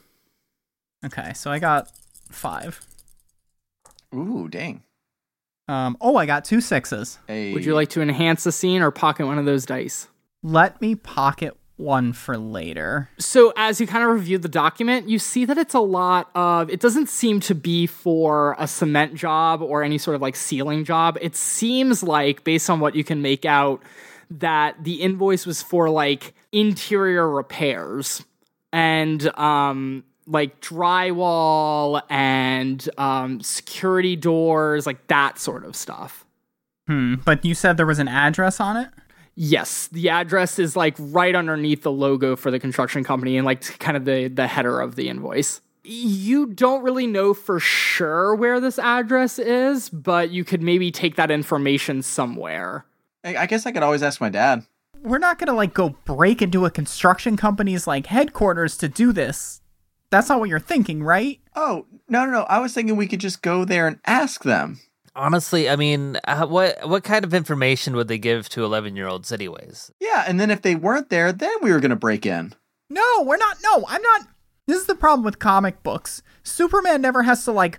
C: Okay, so I got five.
A: Ooh, dang.
C: Um, oh, I got two sixes.
A: Hey.
D: Would you like to enhance the scene or pocket one of those dice?
C: Let me pocket one for later.
D: So, as you kind of review the document, you see that it's a lot of, it doesn't seem to be for a cement job or any sort of like ceiling job. It seems like, based on what you can make out, that the invoice was for like interior repairs and, um, like drywall and um, security doors, like that sort of stuff.
C: Hmm, but you said there was an address on it?
D: Yes, the address is like right underneath the logo for the construction company and like kind of the the header of the invoice. You don't really know for sure where this address is, but you could maybe take that information somewhere.
A: I I guess I could always ask my dad.
C: We're not going to like go break into a construction company's like headquarters to do this. That's not what you're thinking, right?
A: Oh, no, no, no. I was thinking we could just go there and ask them.
B: Honestly, I mean, uh, what what kind of information would they give to eleven year olds, anyways?
A: Yeah, and then if they weren't there, then we were going to break in.
C: No, we're not. No, I'm not. This is the problem with comic books. Superman never has to like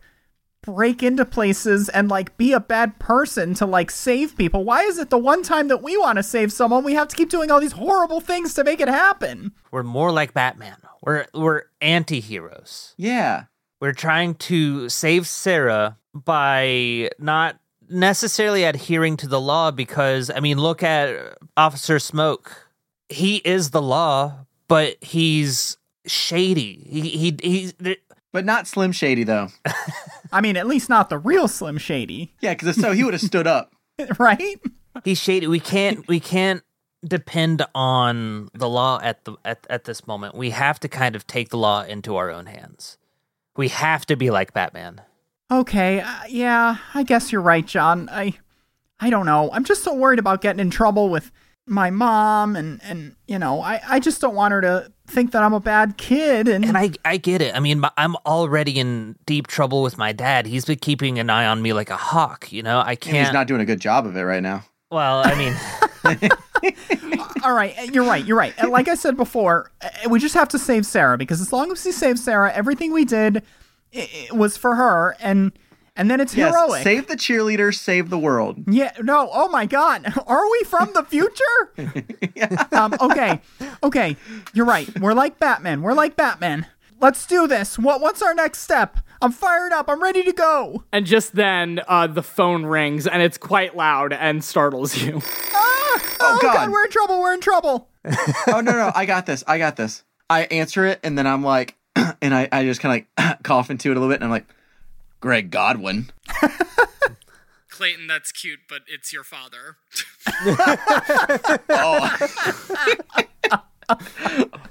C: break into places and like be a bad person to like save people. Why is it the one time that we want to save someone, we have to keep doing all these horrible things to make it happen?
B: We're more like Batman. We're we're anti heroes.
A: Yeah.
B: We're trying to save Sarah by not necessarily adhering to the law because I mean, look at Officer Smoke. He is the law, but he's shady. He he he's
A: But not Slim Shady, though.
C: I mean, at least not the real Slim Shady,
A: Yeah, because if so, he would have stood up.
C: right?
B: he's shady. We can't we can't depend on the law at the at, at this moment. We have to kind of take the law into our own hands. We have to be like Batman.
C: Okay, uh, yeah, I guess you're right, John. I I don't know. I'm just so worried about getting in trouble with my mom and and you know, I I just don't want her to think that I'm a bad kid and,
B: And I I get it. I mean, my, I'm already in deep trouble with my dad. He's been keeping an eye on me like a hawk, you know? I
A: And
B: can't
A: He's not doing a good job of it right now.
B: Well, I mean,
C: All right, uh, you're right. You're right. And like I said before, uh, we just have to save Sarah because as long as we save Sarah, everything we did i i was for her and and then it's
A: Yes,
C: heroic.
A: save the cheerleader, save the world.
C: Yeah, no, oh my god. Are we from the future? um, okay. Okay. You're right. We're like Batman. We're like Batman. Let's do this. What what's our next step? I'm fired up. I'm ready to go.
D: And just then, uh, the phone rings and it's quite loud and startles you.
C: Ah! Oh, god.
A: God.
C: we're in trouble. We're in trouble.
A: oh no no i got this i got this i answer it and then i'm like and i, I just kind of like cough into it a little bit and i'm like greg godwin
D: Clayton, that's cute, but it's your father.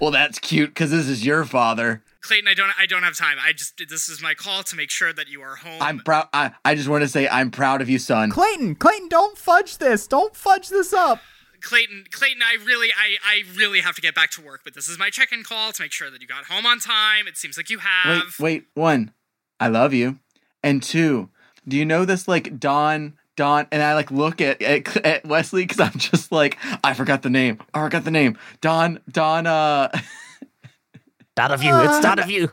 A: well that's cute because this is your father
D: Clayton, I don't, I don't have time. I just, this is my call to make sure that you are home.
A: i'm proud I, I just want to say i'm proud of you son
C: Clayton, Clayton, don't fudge this. Don't fudge this up.
E: Clayton, Clayton, I really, I, I really have to get back to work, but this is my check-in call to make sure that you got home on time. It seems like you have.
A: wait wait one i love you and two do you know this like don don and i like look at at, at wesley because i'm just like i forgot the name i forgot the name don don uh
B: not of you. It's not of you.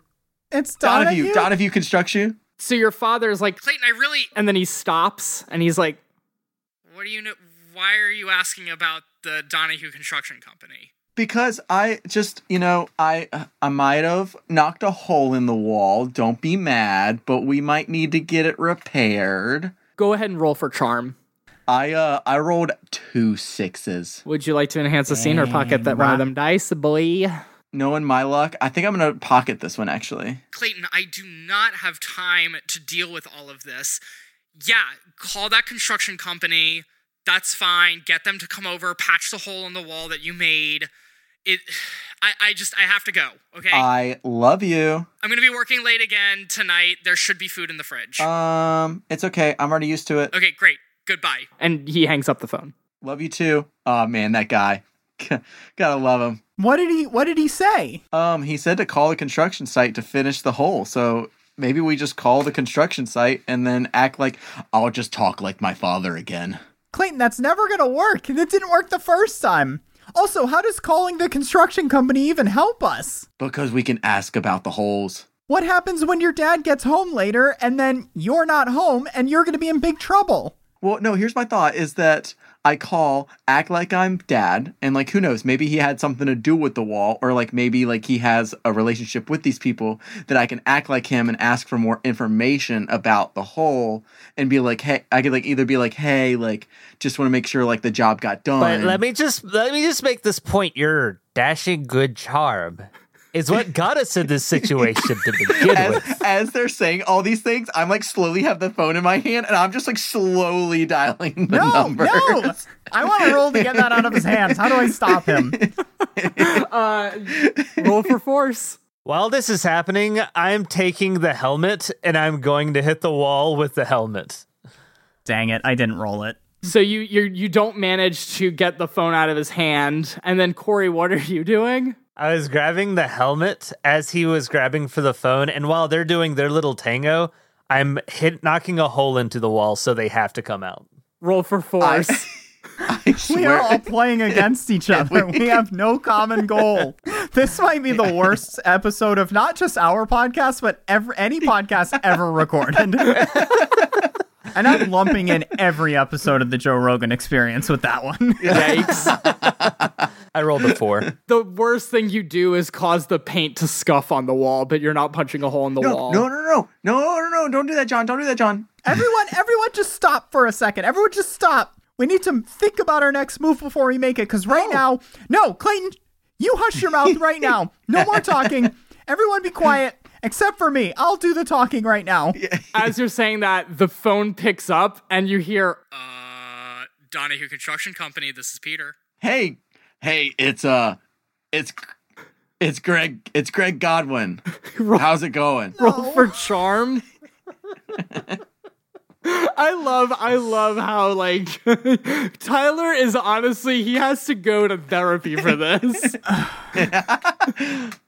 C: It's
A: don of
C: Donahue.
A: you don of you construction
D: so your father's like,
E: Clayton, I really.
D: and then he stops and he's like,
E: What do you know? Why are you asking about the Donahue Construction Company?
A: because I just, you know, I I might have knocked a hole in the wall. Don't be mad, but we might need to get it repaired.
D: go ahead and roll for charm.
A: I uh I rolled two sixes.
D: Would you like to enhance the scene or pocket that one of them dice, boy?
A: Knowing my luck, I think I'm gonna pocket this one actually.
E: Clayton, I do not have time to deal with all of this. Yeah, call that construction company. That's fine. Get them to come over, patch the hole in the wall that you made. It. I, I just, I have to go. Okay.
D: Uh,
A: I love you.
E: I'm gonna be working late again tonight. There should be food in the fridge.
D: uh,
A: Um, it's okay. I'm already used to it.
E: okay, great. Goodbye.
D: And he hangs up the phone.
A: Love you too. Oh man, that guy. Gotta love him.
C: What did he what did he say?
A: Um, he said to call the construction site to finish the hole. So maybe we just call the construction site and then act like I'll just talk like my father again.
C: Clayton, that's never going to work. It didn't work the first time. Also, how does calling the construction company even help us?
A: Because we can ask about the holes.
C: What happens when your dad gets home later and then you're not home and you're going to be in big trouble?
A: Well, no, here's my thought is that I call, act like I'm dad, and like who knows, maybe he had something to do with the wall, or like maybe like he has a relationship with these people that I can act like him and ask for more information about the hole and be like, hey, I could like either be like, hey, like just want to make sure like the job got done.
B: But let me just let me just make this point. Your dashing good charm is what got us in this situation to begin
A: As,
B: with.
A: as they're saying all these things, I'm like slowly have the phone in my hand and I'm just like slowly dialing the
C: No,
A: number.
C: no! I want to roll to get that out of his hands. How do I stop him?
D: Uh, roll for force.
B: While this is happening, I'm taking the helmet and I'm going to hit the wall with the helmet.
C: Dang it! I didn't roll it.
D: So you you you don't manage to get the phone out of his hand, and then Corey, what are you doing?
B: I was grabbing the helmet as he was grabbing for the phone, and while they're doing their little tango, I'm hit knocking a hole into the wall so they have to come out.
D: Roll for force.
A: I
C: We are
A: swear.
C: all playing against each other. We have no common goal. This might be the worst episode of not just our podcast, but ever, any podcast ever recorded. And I'm lumping in every episode of the Joe Rogan experience with that one.
D: Yikes.
B: I rolled a four.
D: the worst thing you do is cause the paint to scuff on the wall, but you're not punching a hole in the
A: No,
D: wall.
A: no, no, no, no, no, no, don't do that, John. Don't do that, John.
C: Everyone, everyone, just stop for a second. Everyone, just stop. We need to think about our next move before we make it. Because right now, no, Clayton, you hush your mouth right now. No more talking. Everyone, be quiet except for me. I'll do the talking right now.
D: As you're saying that, the phone picks up and you hear,
E: Uh, Donahue Construction Company, this is Peter.
A: Hey, hey, it's uh it's it's Greg it's Greg Godwin. How's it going?
D: roll for charm. I love I love how like Tyler is honestly he has to go to therapy for this.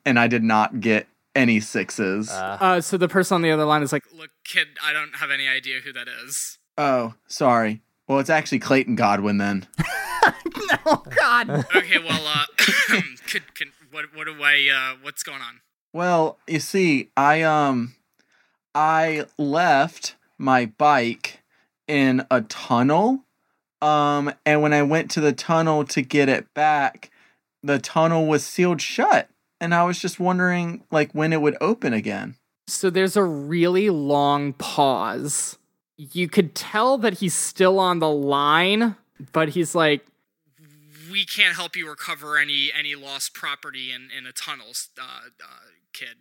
A: And I did not get any sixes.
D: Uh, so the person on the other line is like,
E: Look, kid, I don't have any idea who that is.
A: oh, sorry. Well, it's actually Clayton Godwin then.
C: Oh God.
E: Okay, well, uh, could, can, what, what do I, uh, what's going on?
A: Well, you see, I um I left my bike in a tunnel. Um and when I went to the tunnel to get it back, the tunnel was sealed shut. And I was just wondering like when it would open again.
D: So there's a really long pause. You could tell that he's still on the line, but he's like,
E: We can't help you recover any, any lost property in, in a tunnel, uh, uh, kid.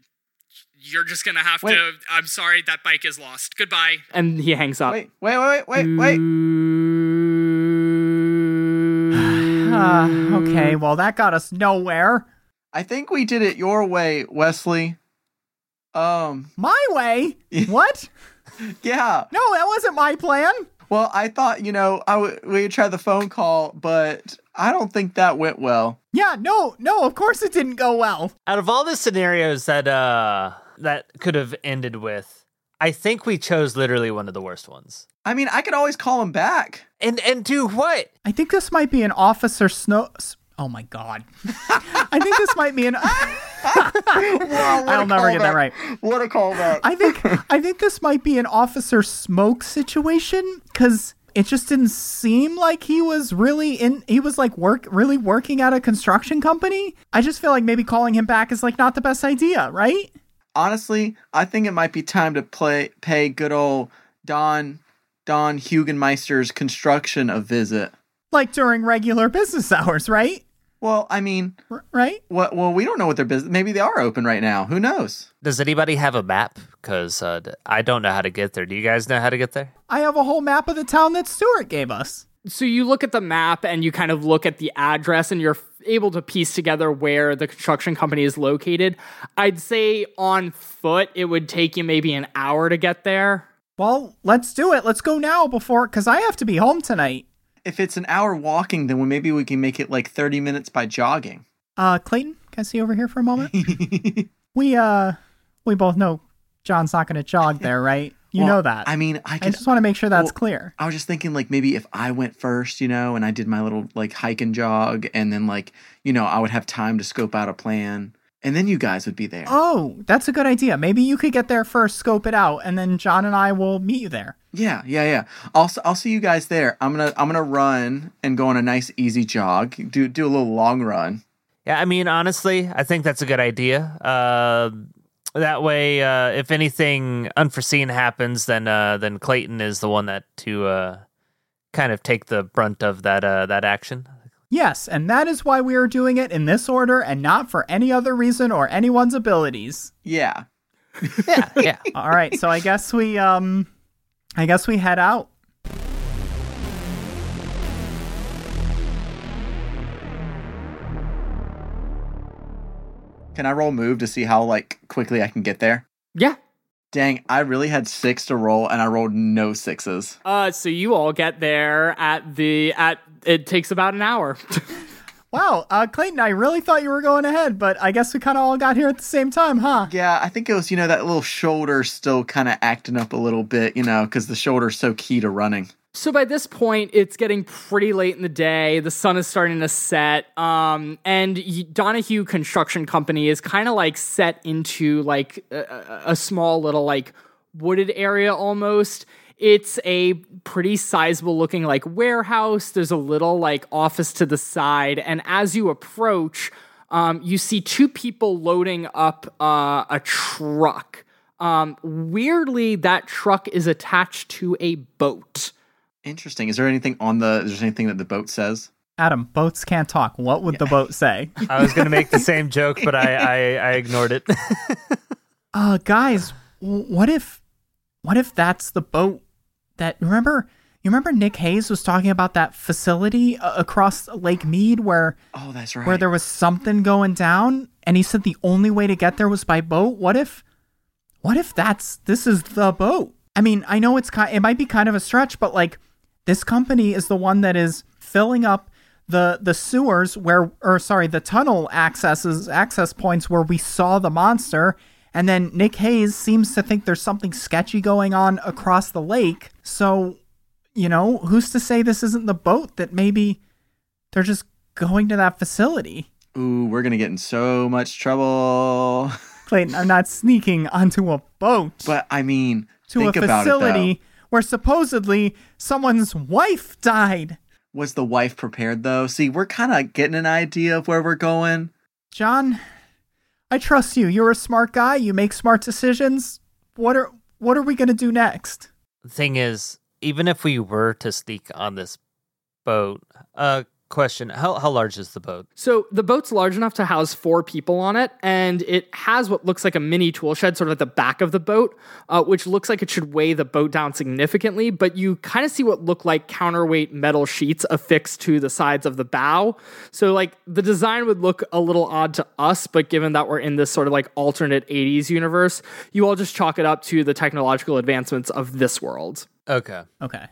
E: You're just gonna have
A: Wait.
E: to, I'm sorry, that bike is lost. Goodbye.
D: and he hangs up.
A: Wait, wait, wait, wait, wait.
C: Uh, okay. Well, that got us nowhere.
A: I think we did it your way, Wesley. Um,
C: My way. What?
A: yeah.
C: No, that wasn't my plan.
A: Well, I thought, you know, I would we'd try the phone call, but I don't think that went well.
C: Yeah. No. No. Of course it didn't go well.
B: Out of all the scenarios that uh that could have ended with, I think we chose literally one of the worst ones.
A: I mean, I could always call him back.
B: And and do what?
C: I think this might be an Officer Snow. s- Oh my God. I think this might be an.
A: Wow, Oh, what a
C: I'll never get that
A: callback.
C: right.
A: What a callback.
C: I think I think this might be an Officer Smoke situation because it just didn't seem like he was really in. He was like work really working at a construction company. I just feel like maybe calling him back is like not the best idea, right?
A: Honestly, I think it might be time to play pay good old Don Don Hugenmeister's construction a visit.
C: Like during regular business hours, right?
A: Well, I mean,
C: R- right?
A: what well, we don't know what their business maybe they are open right now. Who knows?
B: Does anybody have a map? Because uh, d- I don't know how to get there. Do you guys know how to get there?
C: I have a whole map of the town that Stuart gave us.
D: So you look at the map and you kind of look at the address and you're able to piece together where the construction company is located. I'd say on foot, it would take you maybe an hour to get there.
C: Well, let's do it. Let's go now before, because I have to be home tonight.
A: If it's an hour walking, then we- maybe we can make it like 30 minutes by jogging.
C: Uh, Clayton, can I see over here for a moment? we uh, we both know John's not going to jog there, right? You
A: Well,
C: know that.
A: I mean, I
C: I
A: could.
C: just want to make sure that's
A: well-
C: clear.
A: I was just thinking, like maybe if I went first, you know, and I did my little like hike and jog, and then like you know, I would have time to scope out a plan, and then you guys would be there.
C: Oh, that's a good idea. Maybe you could get there first, scope it out, and then John and I will meet you there.
A: Yeah, yeah, yeah. I'll s- I'll see you guys there. I'm gonna I'm gonna run and go on a nice easy jog. Do do a little long run.
B: Yeah, I mean, honestly, I think that's a good idea. Uh, that way, uh, if anything unforeseen happens, then uh, then Clayton is the one that to uh, kind of take the brunt of that uh, that action.
C: Yes, and that is why we are doing it in this order and not for any other reason or anyone's abilities.
A: Yeah.
B: Yeah, yeah.
C: All right, so I guess we um I guess we head out.
A: Can I roll move to see how like quickly I can get there?
D: Yeah.
A: Dang, I really had six to roll and I rolled no sixes.
D: Uh, so you all get there at the at. It takes about an hour.
C: Wow, uh Clayton, I really thought you were going ahead, but I guess we kind of all got here at the same time, huh?
A: Yeah, I think it was, you know, that little shoulder still kind of acting up a little bit, you know, because the shoulder's so key to running.
D: so by this point, it's getting pretty late in the day. The sun is starting to set. Um, and y- Donahue Construction Company is kind of like set into like a- a, a small little like wooded area almost. It's a pretty sizable looking like warehouse. There's a little like office to the side, and as you approach, um, you see two people loading up uh, a truck. Um, weirdly, that truck is attached to a boat.
A: Interesting. Is there anything on the, is there anything that the boat says?
C: Adam, boats can't talk. What would the boat say?
B: I was gonna make the same joke, but I I, I ignored it.
C: uh guys w- what if what if that's the boat that remember you remember nick hayes was talking about that facility uh, across lake mead where
A: Oh, that's right.
C: where there was something going down and he said the only way to get there was by boat what if what if that's this is the boat i mean i know it's kind it might be kind of a stretch but like this company is the one that is filling up the the sewers where or sorry the tunnel accesses access points where we saw the monster and then nick hayes seems to think there's something sketchy going on across the lake so you know who's to say this isn't the boat that maybe they're just going to that facility
A: Ooh, we're going to get in so much trouble.
C: Clayton, I'm not sneaking onto a boat
A: But I mean,
C: to a
A: think about
C: facility
A: it though.
C: where supposedly someone's wife died.
A: Was the wife prepared though? See, we're kind of getting an idea of where we're going.
C: John, I trust you. You're a smart guy. You make smart decisions. What are what are we gonna do next?
B: The thing is, even if we were to sneak on this boat, uh, question: How how large is the boat?
D: So the boat's large enough to house four people on it, and it has what looks like a mini tool shed sort of at the back of the boat, uh, which looks like it should weigh the boat down significantly. But you kind of see what look like counterweight metal sheets affixed to the sides of the bow. So like the design would look a little odd to us, but given that we're in this sort of like alternate '80s universe, you all just chalk it up to the technological advancements of this world.
B: Okay,
C: Okay.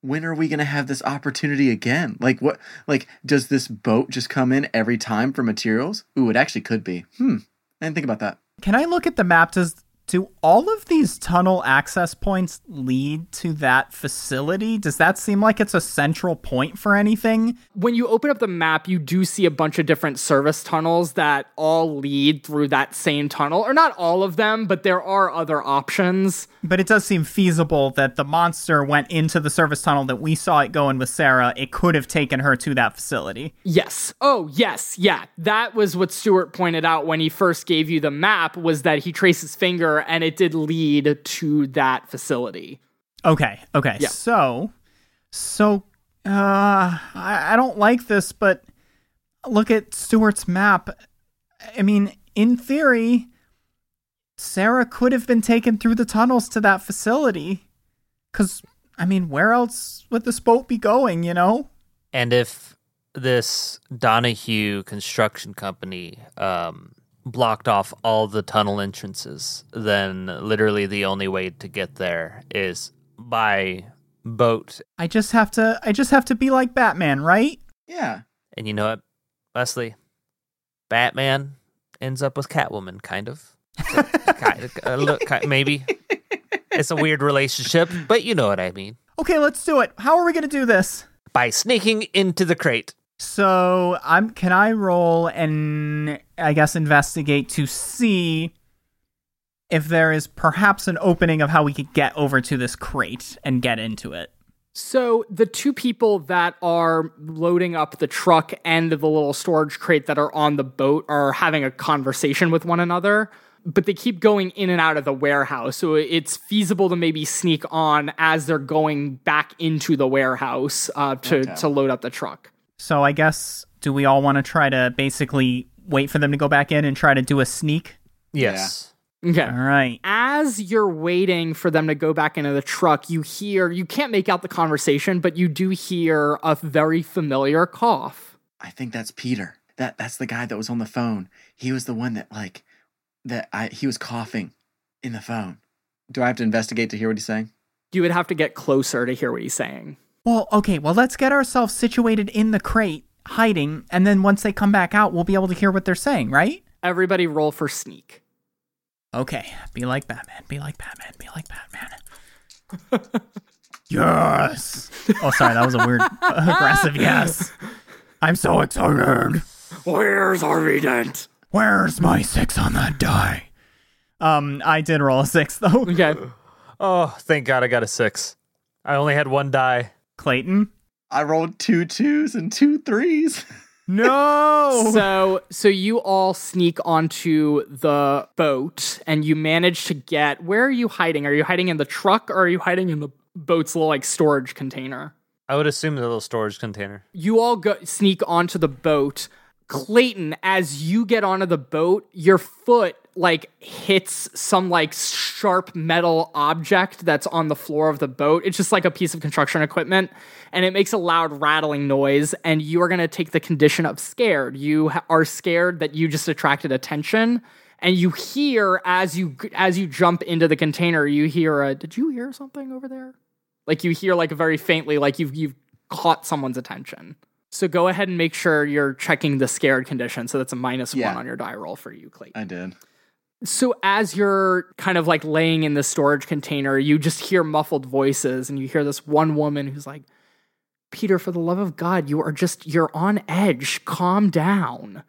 A: When are we going to have this opportunity again? Like what like does this boat just come in every time for materials? Ooh, it actually could be. Hmm. I didn't think about that.
C: Can I look at the map? Does do all of these tunnel access points lead to that facility? Does that seem like it's a central point for anything?
D: when you open up the map, you do see a bunch of different service tunnels that all lead through that same tunnel, or not all of them, but there are other options.
C: But it does seem feasible that the monster went into the service tunnel that we saw it going with Sarah. It could have taken her to that facility.
D: Yes. Oh, yes. Yeah. That was what Stuart pointed out when he first gave you the map was that he traced his finger and it did lead to that facility.
C: Okay, okay.
D: Yeah.
C: So, so, uh, I, I don't like this, but look at Stuart's map. I mean, in theory, Sarah could have been taken through the tunnels to that facility. Because, I mean, where else would this boat be going, you know?
B: and if this Donahue construction company um, blocked off all the tunnel entrances, then literally the only way to get there is by boat.
C: I just have to, I just have to be like Batman, right?
A: Yeah.
B: And you know what, Leslie, Batman ends up with Catwoman, kind of. kind of uh, look, ki maybe it's a weird relationship, but you know what I mean.
C: Okay, let's do it. How are we going to do this?
B: By sneaking into the crate.
C: So I'm. Can I roll and I guess investigate to see if there is perhaps an opening of how we could get over to this crate and get into it?
D: So the two people that are loading up the truck and the little storage crate that are on the boat are having a conversation with one another, but they keep going in and out of the warehouse. So it's feasible to maybe sneak on as they're going back into the warehouse uh, to
A: Okay.
D: to load up the truck.
C: So I guess do we all want to try to basically wait for them to go back in and try to do a sneak?
B: Yes.
D: Okay.
C: All right.
D: As you're waiting for them to go back into the truck, you hear, you can't make out the conversation, but you do hear a very familiar cough.
A: I think that's Peter. That that's the guy that was on the phone. He was the one that like that I he was coughing in the phone. Do I have to investigate to hear what he's saying?
D: You would have to get closer to hear what he's saying.
C: Well, okay. Well, let's get ourselves situated in the crate, hiding, and then once they come back out, we'll be able to hear what they're saying, right?
D: Everybody roll for sneak.
C: Okay. Be like Batman. Be like Batman. Be like Batman. yes. Oh, sorry. That was a weird, aggressive yes. I'm so excited.
D: Where's Harvey Dent?
C: Where's my six on that die? Um, I did roll a six though.
D: Okay.
B: Oh, thank God I got a six. I only had one die.
C: Clayton.
A: I rolled two twos and two threes.
C: No.
D: So so you all sneak onto the boat and you manage to get where are you hiding? Are you hiding in the truck or are you hiding in the boat's little like storage container?
B: I would assume the little storage container.
D: you all go sneak onto the boat. Clayton, as you get onto the boat, your foot like hits some like sharp metal object that's on the floor of the boat. It's just like a piece of construction equipment and it makes a loud rattling noise and you are going to take the condition of scared. You ha- are scared that you just attracted attention and you hear as you g- as you jump into the container, you hear a did you hear something over there? Like you hear like very faintly, like you've you've caught someone's attention. So go ahead and make sure you're checking the scared condition. So that's a minus
A: Yeah.
D: one on your die roll for you, Clayton.
A: I did.
D: So as you're kind of like laying in the storage container, you just hear muffled voices and you hear this one woman who's like, Peter, for the love of God, you are just, you're on edge. Calm down.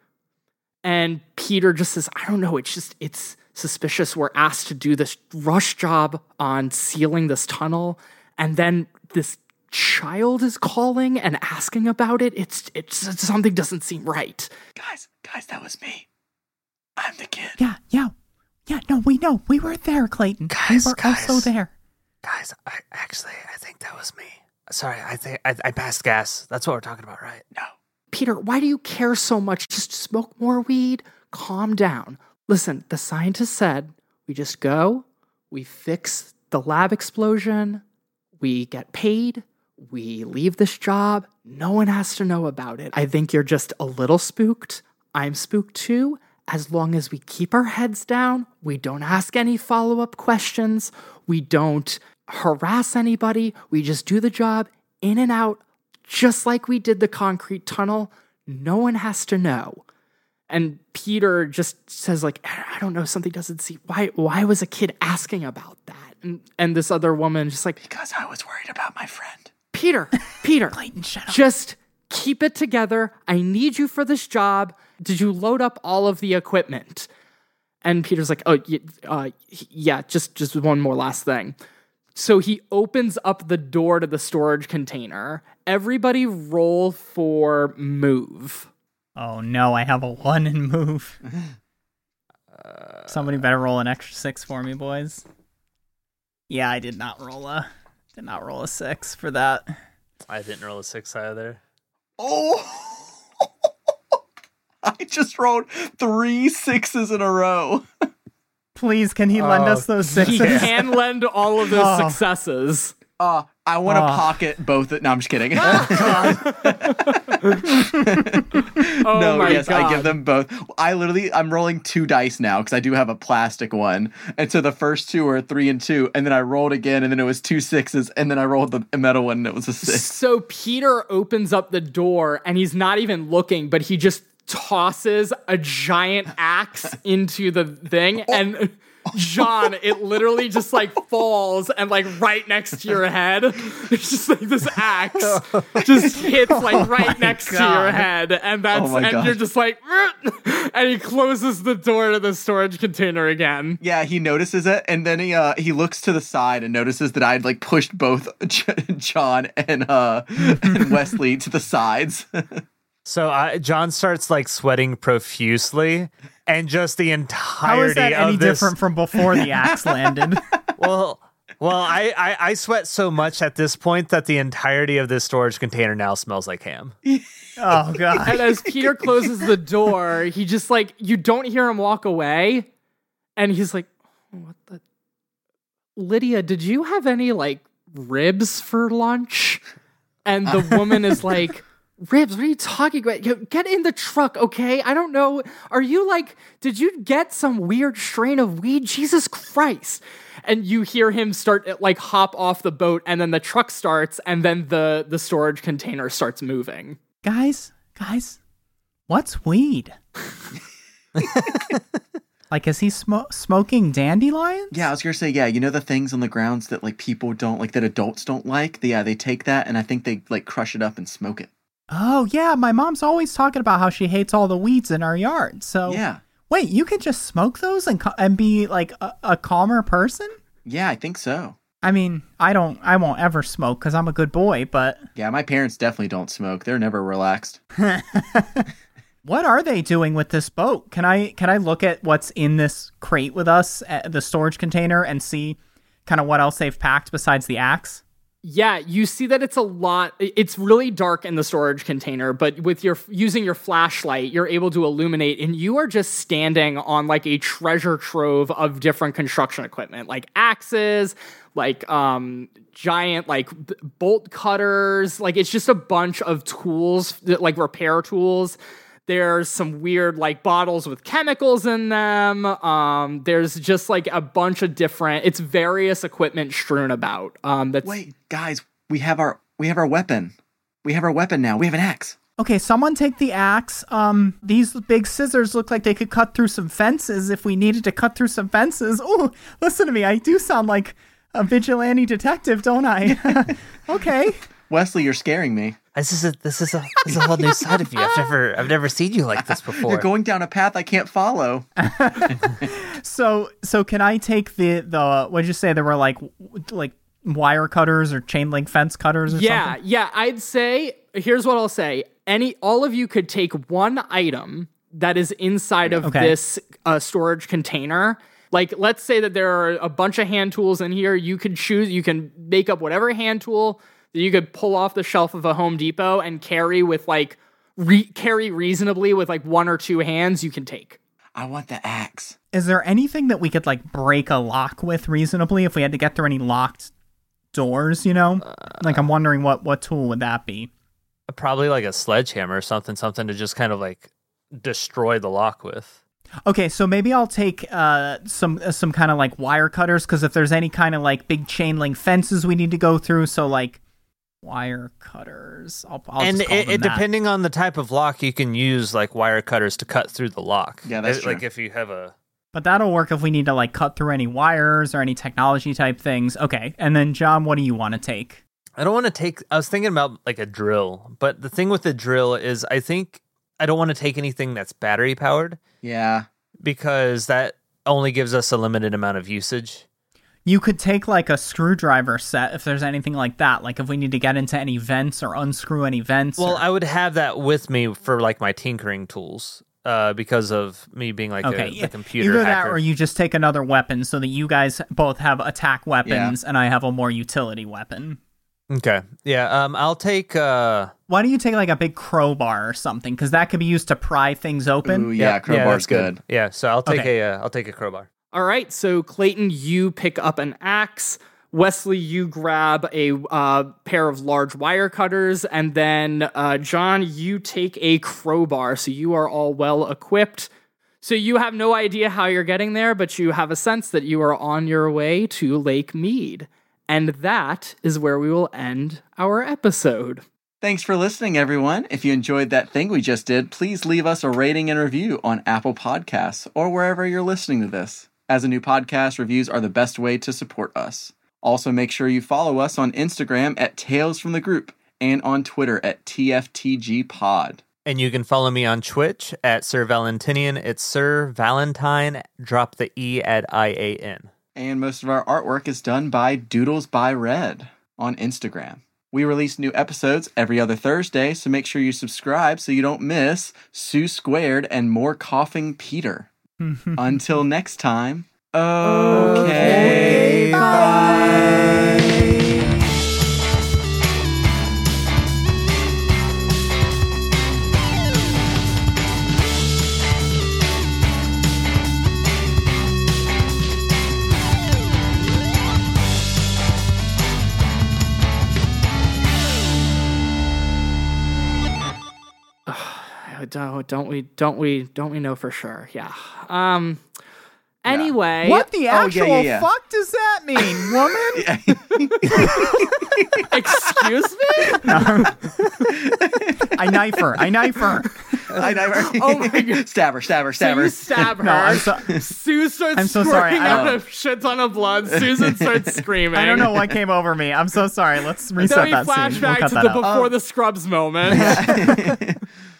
D: And Peter just says, I don't know. It's just, it's suspicious. We're asked to do this rush job on sealing this tunnel. And then this child is calling and asking about it. It's, it's something doesn't seem right.
A: Guys, guys, that was me. I'm the kid.
C: Yeah. Yeah. Yeah. No, we know. We were there, Clayton.
B: Guys,
C: we were
B: guys.
C: also there.
B: Guys, I actually I think that was me. Sorry, I think I, I passed gas. That's what we're talking about, right?
A: No.
D: Peter, why do you care so much? Just smoke more weed. Calm down. Listen, the scientist said we just go, we fix the lab explosion, we get paid, we leave this job. No one has to know about it. I think you're just a little spooked. I'm spooked too. As long as we keep our heads down, we don't ask any follow up questions, we don't harass anybody, we just do the job in and out just like we did the concrete tunnel no one has to know and peter just says like i don't know something doesn't seem why why was a kid asking about that and and this other woman just like
A: Because I was worried about my friend.
D: peter peter
C: Clayton, shut up.
D: just keep it together i need you for this job did you load up all of the equipment and peter's like oh y- uh, yeah just just one more last thing so he opens up the door to the storage container everybody roll for move
C: Oh no, I have a one and move.
B: Uh,
C: Somebody better roll an extra six for me, boys. Yeah, I did not roll a did not roll a six for that.
B: I didn't roll a six either.
A: Oh. I just rolled three sixes in a row.
C: Please, can he lend
B: Oh,
C: us those sixes?
D: he can lend all of those
C: Oh.
D: successes
A: Uh, I want to
D: Ah.
C: Oh.
A: pocket both. No, I'm just kidding.
D: oh
A: no,
D: my
A: yes,
D: god
A: I give them both. I literally, I'm rolling two dice now because I do have a plastic one, and so the first two are three and two, and then I rolled again, and then it was two sixes, and then I rolled the metal one, and it was a six.
D: So Peter opens up the door and he's not even looking, but he just tosses a giant axe into the thing
A: Oh.
D: and John, it literally just like falls and like right next to your head. It's just like this axe just hits like right next to your
C: God.
D: head, and that's
A: Oh my
D: and
A: God.
D: you're just like, "Rrrt," and he closes the door to the storage container again.
A: Yeah, he notices it, and then he uh, he looks to the side and notices that I had like pushed both John and uh and Wesley to the sides.
B: So I, John starts like sweating profusely, and just the entirety
C: How is that
B: of
C: any
B: this.
C: different from before the axe landed?
B: well, Well, I, I I sweat so much at this point that the entirety of this storage container now smells like ham.
C: Oh god.
D: And as Peter closes the door, he just like you don't hear him walk away, and he's like, "What the? Lydia, did you have any like ribs for lunch?" And the woman is like, "Ribs? What are you talking about? Yo, Get in the truck, okay? I don't know. Are you like? Did you get some weird strain of weed? Jesus Christ!" And you hear him start like hop off the boat, and then the truck starts, and then the the storage container starts moving.
C: guys, guys, what's weed? like, is he smo- smoking dandelions?
A: Yeah, I was gonna say, yeah, you know the things on the grounds that like people don't like that adults don't like? Yeah, they take that and I think they like crush it up and smoke it.
C: Oh yeah, my mom's always talking about how she hates all the weeds in our yard. So
A: Yeah.
C: wait, you could just smoke those and ca- and be like a, a calmer person.
A: Yeah, I think so.
C: I mean, I don't, I won't ever smoke because I'm a good boy. But
A: Yeah, my parents definitely don't smoke. They're never relaxed.
C: what are they doing with this boat? Can I can I look at what's in this crate with us, uh, the storage container, and see kind of what else they've packed besides the axe?
D: Yeah, you see that it's a lot. It's really dark in the storage container, but with your using your flashlight, you're able to illuminate, and you are just standing on like a treasure trove of different construction equipment, like axes, like um, giant like b- bolt cutters. Like it's just a bunch of tools, that, like repair tools. There's some weird like bottles with chemicals in them. Um, there's just like a bunch of different. It's various equipment strewn about. Um, that's
A: Wait, guys, we have our we have our weapon. We have our weapon now. We have an axe.
C: Okay, someone take the axe. Um, these big scissors look like they could cut through some fences if we needed to cut through some fences. Ooh, listen to me. I do sound like a vigilante detective, don't I? okay.
A: Wesley, you're scaring me.
B: This is a this is a this is a whole new side of you. I've never I've never seen you like this before.
A: You're going down a path I can't follow.
C: So, so can I take the the what'd you say? There were like w- like wire cutters or chain link fence cutters or
D: yeah,
C: something.
D: yeah. I'd say here's what I'll say: any all of you could take one item that is inside of
C: Okay.
D: this uh, storage container. Like, let's say that there are a bunch of hand tools in here. You could choose. You can make up whatever hand tool that you could pull off the shelf of a Home Depot and carry with like re- carry reasonably with like one or two hands. You can take.
A: I want the axe.
C: Is there anything that we could like break a lock with reasonably if we had to get through any locked doors? You know, like I'm wondering what what tool would that be?
B: Probably like a sledgehammer or something, something to just kind of like destroy the lock with.
C: Okay, so maybe I'll take uh, some uh, some kind of like wire cutters because if there's any kind of like big chain link fences we need to go through, so like wire cutters. I'll, I'll
B: and
C: just call
B: it,
C: them
B: it
C: that.
B: depending on the type of lock, you can use like wire cutters to cut through the lock.
A: Yeah, that's
B: It-
A: true.
B: Like if you have a
C: But that'll work if we need to like cut through any wires or any technology type things. Okay, and then John, what do you want to take?
B: I don't want to take. I was thinking about like a drill, but the thing with the drill is, I think I don't want to take anything that's battery powered
A: Yeah.
B: because that only gives us a limited amount of usage.
C: You could take like a screwdriver set if there's anything like that. Like if we need to get into any vents or unscrew any vents.
B: Well,
C: or-
B: I would have that with me for like my tinkering tools, uh, because of me being like
C: okay,
B: a,
C: yeah.
B: a computer
C: Either
B: hacker.
C: that or you just take another weapon so that you guys both have attack weapons and I have a more utility weapon.
B: okay, yeah. Um, I'll take. Uh,
C: Why don't you take like a big crowbar or something? Because that could be used to pry things open.
A: Ooh, yeah, crowbar's
B: that's
A: good.
B: Yeah, so I'll take
C: Okay.
B: a. Uh, I'll take a crowbar.
D: All right, so Clayton, you pick up an axe. Wesley, you grab a uh, pair of large wire cutters, and then uh, John, you take a crowbar. So you are all well equipped. So you have no idea how you're getting there, but you have a sense that you are on your way to Lake Mead, and that is where we will end our episode.
A: Thanks for listening, everyone. If you enjoyed that thing we just did, please leave us a rating and review on Apple Podcasts or wherever you're listening to this. As a new podcast, reviews are the best way to support us. Also, make sure you follow us on Instagram at Tales from the Group and on Twitter at TFTG Pod.
B: And you can follow me on Twitch at Sir Valentinian. It's Sir Valentine. Drop the E at I A N.
A: And most of our artwork is done by Doodles by Red on Instagram. We release new episodes every other Thursday, so make sure you subscribe so you don't miss Sue Squared and more Coughing Peter. Until next time, Okay,
C: Okay,
A: bye.
D: Uh, don't don't we don't we don't we know for sure? Yeah. Um. Anyway,
C: What the
A: yeah,
C: actual
A: yeah, yeah.
C: fuck does that mean, woman?
D: Excuse me.
C: I knife her. I knife her.
A: I never. Oh
D: my God.
A: Stab her, stab her,
D: So
A: stab her.
D: you stab her.
C: No, I'm so,
D: Sue starts
C: I'm so sorry,
D: squirting
C: I
D: out
C: don't-
D: a shit ton of blood. Susan starts screaming.
C: I don't know what came over me. I'm so sorry. Let's
D: Then
C: reset
D: we
C: that
D: flash
C: scene. We'll
D: back
C: cut
D: to
C: that
D: the
C: out.
D: before the scrubs moment.